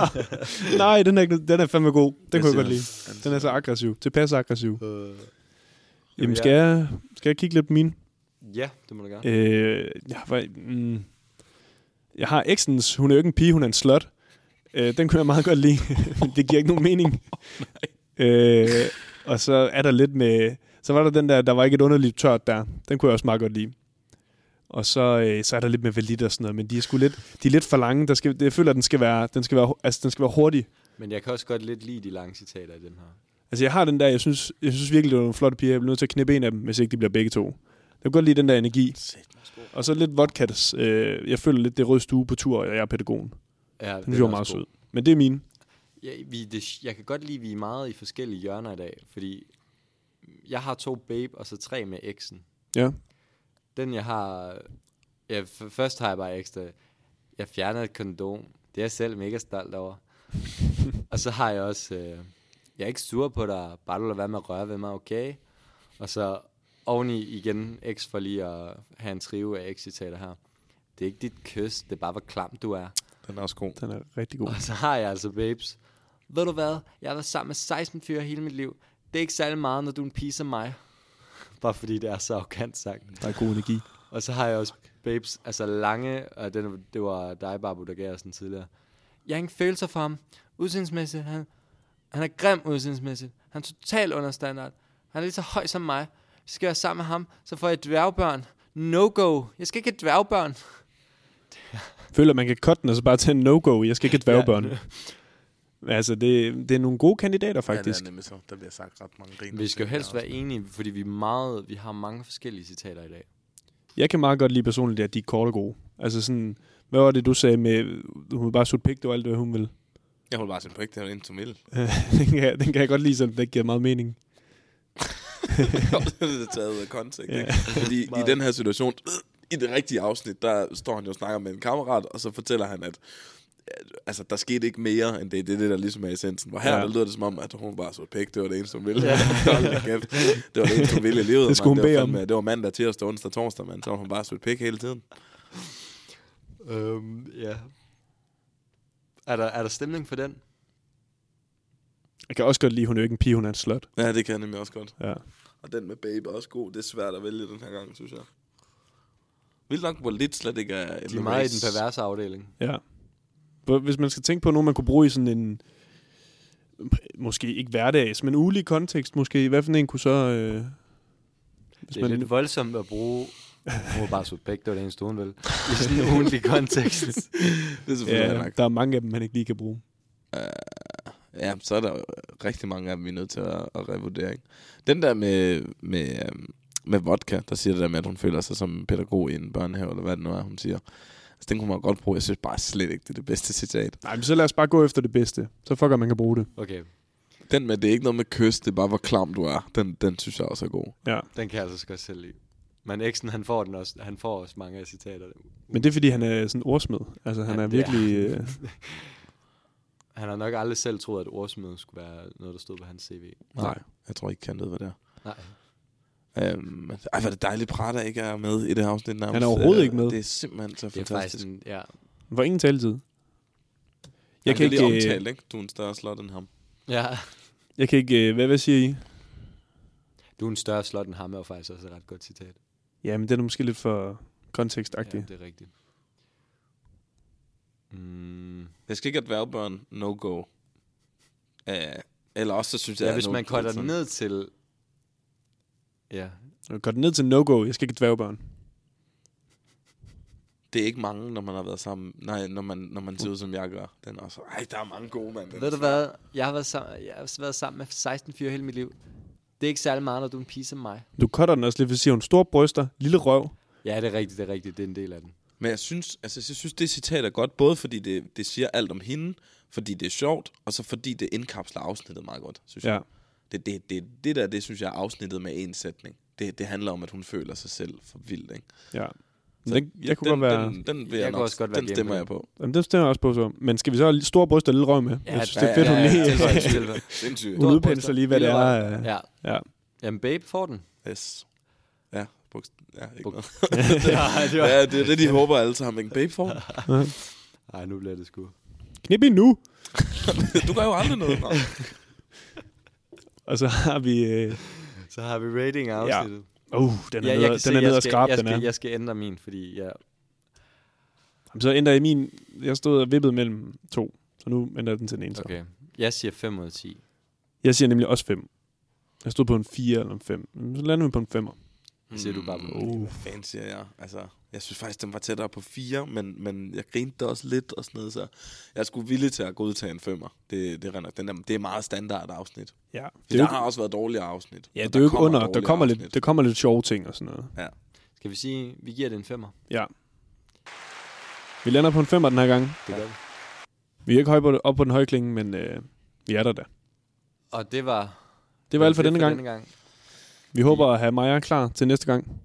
Speaker 2: Nej, den er, ikke, den er fandme god. Den kunne jeg
Speaker 4: siger
Speaker 2: godt lide. Den er så aggressiv. Tilpas aggressiv.
Speaker 3: Øh,
Speaker 2: Jamen,
Speaker 3: jeg-
Speaker 2: skal jeg, skal jeg kigge lidt på mine?
Speaker 3: Ja, det må du gerne.
Speaker 2: Øh, jeg, var, mm, jeg har eksens, hun er jo ikke en pige, hun er en slot. Øh, den kunne jeg meget godt lide, men det giver ikke nogen mening. øh, og så er der lidt med... Så var der den der, der var ikke et underligt tørt der. Den kunne jeg også meget godt lide. Og så, øh, så er der lidt med valit og sådan noget, men de er sgu lidt, de er lidt for lange. Der skal, jeg føler, at den skal være, den skal være, hu- altså, den skal være hurtig.
Speaker 3: Men jeg kan også godt lidt lide de lange citater i den her.
Speaker 2: Altså, jeg har den der, jeg synes, jeg synes virkelig, det var nogle flotte piger. Jeg bliver nødt til at knippe en af dem, hvis ikke de bliver begge to. Jeg kan godt lide den der energi. Og så lidt vodkas. Øh, jeg føler lidt, det er rød stue på tur, og jeg er pædagogen.
Speaker 3: Ja,
Speaker 2: Den synes jeg var meget sød. Men det er mine.
Speaker 3: Jeg, vi, det, jeg kan godt lide, at vi er meget i forskellige hjørner i dag, fordi jeg har to babe og så tre med eksen.
Speaker 2: Ja.
Speaker 3: Den jeg har... Ja, f- først har jeg bare ekstra... Jeg fjerner et kondom. Det er jeg selv mega stolt over. og så har jeg også... Øh, jeg er ikke sur på dig. Bare du lader være med at røre ved mig, okay? Og så oveni igen X for lige at have en trio af X-citater her. Det er ikke dit kys, det er bare, hvor klam du er.
Speaker 4: Den er også god.
Speaker 2: Den er rigtig god.
Speaker 3: Og så har jeg altså babes. Ved du hvad? Jeg har været sammen med 16 fyre hele mit liv. Det er ikke særlig meget, når du er en pige som mig. Bare fordi det er så arrogant sagt.
Speaker 2: Der er god energi.
Speaker 3: Og så har jeg også babes, altså lange, og den, det var dig, Babu, der gav os den tidligere. Jeg har ingen følelser for ham. Udsendsmæssigt, han, han er grim udsendsmæssigt. Han er totalt under standard. Han er lige så høj som mig. Hvis jeg skal være sammen med ham, så får jeg dværgbørn. No go. Jeg skal ikke have dværgbørn.
Speaker 2: Føler, man kan cutte den, og så bare tage en no-go. Jeg skal ikke et dværgebørn. Altså, det, det er nogle gode kandidater,
Speaker 4: Faktisk.
Speaker 2: faktisk.
Speaker 4: Ja, det er nemlig så. Der bliver sagt ret mange griner.
Speaker 3: Vi skal jo helst være enige, fordi vi, er meget, vi har mange forskellige citater i dag.
Speaker 2: Jeg kan meget godt lide personligt, at de er korte og gode. Altså sådan, hvad var det, du sagde med, hun vil bare sutte pik, det var alt, hvad hun vil.
Speaker 4: Jeg holder bare sin prik, det var det eneste, hun ville.
Speaker 2: den, kan, jeg- den kan jeg godt lide, sådan, den giver meget mening.
Speaker 4: det er taget ud af kontekst, ikke? Fordi i den her situation, i det rigtige afsnit, der står han jo og snakker med en kammerat, og så fortæller han, at at, altså, der skete ikke mere, end det, det, er det der ligesom er essensen. Hvor her,
Speaker 2: Ja.
Speaker 4: ja. der lyder det som om, at hun bare så pæk, det var det eneste, hun ville. Hold da kæft. det var det eneste, hun ville i livet.
Speaker 2: Det skulle
Speaker 4: mand.
Speaker 2: hun bede
Speaker 4: det var
Speaker 2: om.
Speaker 4: det var mandag, tirsdag, onsdag, torsdag, mand. Så var hun bare så pæk hele tiden.
Speaker 3: Øhm, ja. Er der, er der stemning for den?
Speaker 2: Jeg kan også godt lide, hun er jo ikke en pige, hun er en slot.
Speaker 4: Ja, det kan jeg nemlig også godt.
Speaker 2: Ja.
Speaker 4: Og den med babe er også god. Det er svært at vælge den her gang, synes jeg. Vildt nok, hvor lidt slet ikke er... in
Speaker 3: De
Speaker 4: the
Speaker 3: er meget i
Speaker 4: race.
Speaker 3: den perverse afdeling.
Speaker 2: ja. Hvor- Hvis man skal tænke på nogen, man kunne bruge i sådan en, måske ikke hverdags, men ulig kontekst måske, hvad for en kunne så... Øh, hvis
Speaker 3: Det er lidt voldsomt at bruge... Hun var bare så begge, det var det eneste, hun ville. I sådan en ugenlig kontekst.
Speaker 4: Det er selvfølgelig ja.
Speaker 2: ja,
Speaker 4: nok.
Speaker 2: der er mange af dem, man ikke lige kan bruge.
Speaker 4: Øh, Ja, så er der jo rigtig mange af dem, vi er nødt til at, at revurdere. Ikke? Den der med, med, øhm, med vodka, der siger det der med, at hun føler sig som en pædagog i en børnehave, eller hvad det nu er, hun siger. Altså, den kunne man godt bruge. Jeg synes bare slet ikke, det er det bedste citat.
Speaker 2: Nej, men så lad os bare gå efter det bedste. Så fucker man kan bruge det.
Speaker 3: Okay,
Speaker 4: Den med, det er ikke noget med kys, det er bare, hvor klam du er. Den, den synes jeg også er god.
Speaker 2: Ja.
Speaker 3: den kan jeg altså godt selv lide. Men eksen, han får, den også, han får også mange af citaterne.
Speaker 2: Men det er, fordi han er sådan ordsmed. Altså, han
Speaker 3: Ja,
Speaker 2: ja, er
Speaker 3: det er
Speaker 2: virkelig... Øh,
Speaker 3: Han har nok aldrig selv troet, at ordsmed skulle være noget, der stod på hans CV.
Speaker 2: Nej.
Speaker 4: Jeg tror ikke, han ved, hvad det er.
Speaker 3: Nej.
Speaker 4: Øhm, ej, hvor er det dejligt, Prada ikke er med i det her afsnit nærmest.
Speaker 2: Han er overhovedet
Speaker 4: Øh,
Speaker 2: ikke med.
Speaker 4: Det er simpelthen så
Speaker 3: Det er
Speaker 4: fantastisk.
Speaker 3: faktisk en, ja.
Speaker 2: var ingen taletid.
Speaker 4: jeg
Speaker 2: Jeg kan,
Speaker 4: lige
Speaker 2: ikke, øh,
Speaker 4: omtale, ikke? Du Altså, er en større slot end ham.
Speaker 3: ja.
Speaker 2: jeg kan ikke... Øh, hvad, hvad siger I?
Speaker 3: Du er en større slot end ham, er jo faktisk også et ret godt citat.
Speaker 2: Ja, men den er måske lidt for kontekstagtig.
Speaker 3: Ja, det er rigtigt. Mm.
Speaker 4: Jeg skal ikke have dværgbørn, no go. Øh, eller også, så synes jeg...
Speaker 3: Ja,
Speaker 4: at
Speaker 3: hvis
Speaker 4: no-
Speaker 3: man cutter
Speaker 4: sådan-
Speaker 3: ned til... Ja,
Speaker 2: Og Gør det ned til no-go. Jeg skal ikke have dværgbørn.
Speaker 4: Det er ikke mange, når man har været sammen. Nej, når man, når man ser ud, som jeg gør. Den er også... Ej, der er mange gode, mand. Den
Speaker 3: Ved du
Speaker 4: er-
Speaker 3: hvad? Jeg har været sammen, jeg har været sammen med 16 fyre hele mit liv. Det er ikke særlig meget, når du er en pige som mig.
Speaker 2: Du cutter den også lidt, hvis siger hun store bryster, lille røv.
Speaker 3: Ja, det er rigtigt, det er rigtigt. Det er en del af den.
Speaker 4: Men jeg synes, altså, jeg synes, det citat er godt, både fordi det, det siger alt om hende, fordi det er sjovt, og så fordi det indkapsler afsnittet meget godt, synes
Speaker 2: Ja.
Speaker 4: jeg. Det, det, det, det der, det synes jeg er afsnittet med en sætning. Det, det handler om, at hun føler sig selv for vild, ikke?
Speaker 2: Ja. Men den, jeg kunne den,
Speaker 4: den,
Speaker 2: godt være...
Speaker 4: Den, den, vil jeg,
Speaker 3: Jeg
Speaker 4: jeg
Speaker 3: kunne
Speaker 4: nok,
Speaker 3: også godt være
Speaker 4: den
Speaker 3: game
Speaker 4: stemmer
Speaker 3: på
Speaker 4: jeg på.
Speaker 2: Jamen, den stemmer jeg også på så. Men skal vi så have store bryster og lille røv med? jeg synes, det er fedt, hun lige...
Speaker 3: tilføj, tilføj.
Speaker 4: Sindssygt.
Speaker 2: Hun udpensler lige, hvad det er. øh,
Speaker 3: Ja.
Speaker 2: Ja.
Speaker 3: Jamen, babe får den.
Speaker 4: Yes. Ja, buks, ja, ikke
Speaker 3: Buk-
Speaker 4: noget.
Speaker 3: Nej, det
Speaker 4: ja, det er det, de håber alle sammen. Ikke? Babe for.
Speaker 3: Ej, nu bliver det sgu.
Speaker 2: Knip i nu!
Speaker 4: Du gør jo aldrig noget. Nå.
Speaker 2: Og så har vi... Øh,
Speaker 3: Så har vi rating afsnittet.
Speaker 2: uh, den er
Speaker 3: Ja,
Speaker 2: nede, den er nede
Speaker 3: jeg,
Speaker 2: og
Speaker 3: skal,
Speaker 2: skarp,
Speaker 3: jeg,
Speaker 2: den er.
Speaker 3: skal, jeg skal ændre min, fordi jeg...
Speaker 2: Jamen, så ændrer jeg min... Jeg stod og vippede mellem to, så nu ændrer jeg den til den ene. Så.
Speaker 3: Okay. Jeg siger 5 ud af 10.
Speaker 2: Jeg siger nemlig også fem. Jeg stod på en 4 eller en 5. Så lander vi på en 5'er.
Speaker 3: Så siger du bare på
Speaker 4: Mm,
Speaker 2: Uh.
Speaker 4: Hvad fanden siger jeg? Altså, jeg synes faktisk, den var tættere på 4, men, men jeg grinte da også lidt og sådan noget, så jeg er sgu villig til at godtage en 5'er. Det, det, render, den er, det er meget standard afsnit.
Speaker 2: Ja,
Speaker 4: Det
Speaker 2: det er
Speaker 4: der
Speaker 2: jo
Speaker 4: har
Speaker 2: ikke,
Speaker 4: også været dårligere afsnit.
Speaker 2: ja,
Speaker 4: og
Speaker 2: det er jo ikke
Speaker 4: kommer
Speaker 2: under. Der
Speaker 4: dårligere
Speaker 2: kommer,
Speaker 4: afsnit.
Speaker 2: lidt, der kommer lidt sjove ting og sådan noget.
Speaker 3: Skal vi sige, vi giver det en 5'er?
Speaker 2: Ja. Vi lander på en 5'er den her gang.
Speaker 3: Det gør vi.
Speaker 2: Vi er ikke høj på, op på den høje klinge, men øh, vi er der da.
Speaker 3: Og det var...
Speaker 2: Det var alt for denne gang.
Speaker 3: denne gang.
Speaker 2: Vi håber at have Maja klar til næste gang.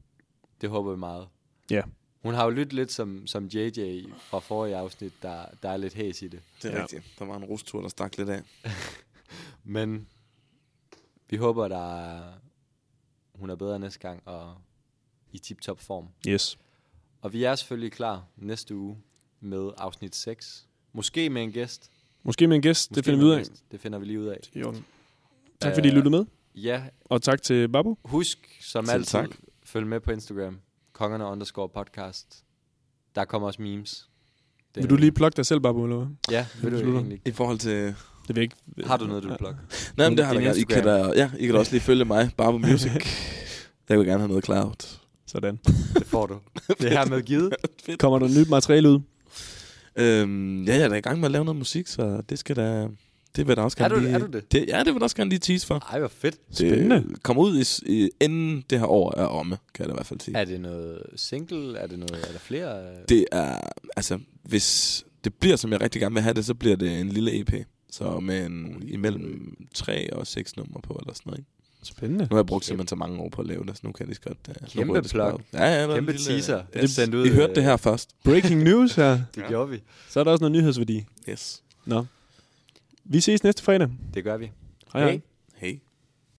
Speaker 3: Det håber vi meget.
Speaker 2: Ja.
Speaker 3: Hun har jo lyttet lidt som, som JJ fra forrige afsnit, der, der er lidt hæs i det.
Speaker 4: Det er
Speaker 2: Ja.
Speaker 4: ja. rigtigt. Der var en rustur, der stak lidt af.
Speaker 3: Men vi håber, der er, hun er bedre næste gang og i tip-top form.
Speaker 2: Yes.
Speaker 3: Og vi er selvfølgelig klar næste uge med afsnit 6. Måske med en gæst.
Speaker 2: Måske med en gæst,
Speaker 3: Måske
Speaker 2: det finder vi
Speaker 3: med
Speaker 2: ud
Speaker 3: en
Speaker 2: af.
Speaker 3: gæst. Det finder vi lige ud af.
Speaker 2: Jo. Tak fordi I
Speaker 3: Øh,
Speaker 2: lyttede med,
Speaker 3: Ja,
Speaker 2: og tak til Babu.
Speaker 3: husk som
Speaker 4: Selv
Speaker 3: altid,
Speaker 4: tak.
Speaker 3: følg med på Instagram. Kongerne underscore podcast. Der kommer også memes. Det
Speaker 2: Vil du lige plukke dig selv, Babu, eller hvad?
Speaker 3: Ja, vil du
Speaker 2: slutter?
Speaker 3: egentlig.
Speaker 4: I forhold til...
Speaker 2: Det vil jeg ikke.
Speaker 3: Har du noget, du vil plukke?
Speaker 4: Nej, men det har
Speaker 3: Din
Speaker 4: der gerne. I kan
Speaker 3: Instagram.
Speaker 4: da, ja, I kan da også lige følge mig. Barbo Music. Jeg vil gerne have noget cloud.
Speaker 2: Sådan.
Speaker 3: Det får du. Det er hermed givet.
Speaker 2: Kommer der nyt materiale ud?
Speaker 4: Øhm, ja, jeg er da i gang med at lave noget musik, så det skal da... Det vil jeg da også
Speaker 3: Er
Speaker 4: gerne
Speaker 3: du-
Speaker 4: lige,
Speaker 3: er du det?
Speaker 4: det? Ja, det vil jeg også gerne lige tease for.
Speaker 3: Ej, hvor fedt.
Speaker 2: Spændende.
Speaker 4: Det kommer ud i, i, inden det her år er omme, kan jeg da i hvert fald sige.
Speaker 3: Er det noget single? Er det noget, er der flere?
Speaker 4: Det er, altså, hvis det bliver, som jeg rigtig gerne vil have det, så bliver det en lille EP. Så med en, imellem tre og seks numre på, eller sådan noget. Ikke?
Speaker 2: Spændende.
Speaker 4: Nu har jeg brugt simpelthen så mange år på at lave det, så nu kan jeg lige så godt... Uh,
Speaker 3: Kæmpe plug.
Speaker 4: Ja, ja, der er en
Speaker 3: Kæmpe
Speaker 4: lille-
Speaker 3: teaser. Den
Speaker 4: Yes.
Speaker 3: sendte ud,
Speaker 4: I hørte
Speaker 3: øh,
Speaker 4: det her først.
Speaker 2: Breaking news her.
Speaker 3: Det gjorde vi.
Speaker 2: Så er der også noget nyhedsværdi.
Speaker 4: Yes.
Speaker 2: Nå. Vi ses næste fredag.
Speaker 3: Det gør vi.
Speaker 2: Hej hej.
Speaker 3: Hej.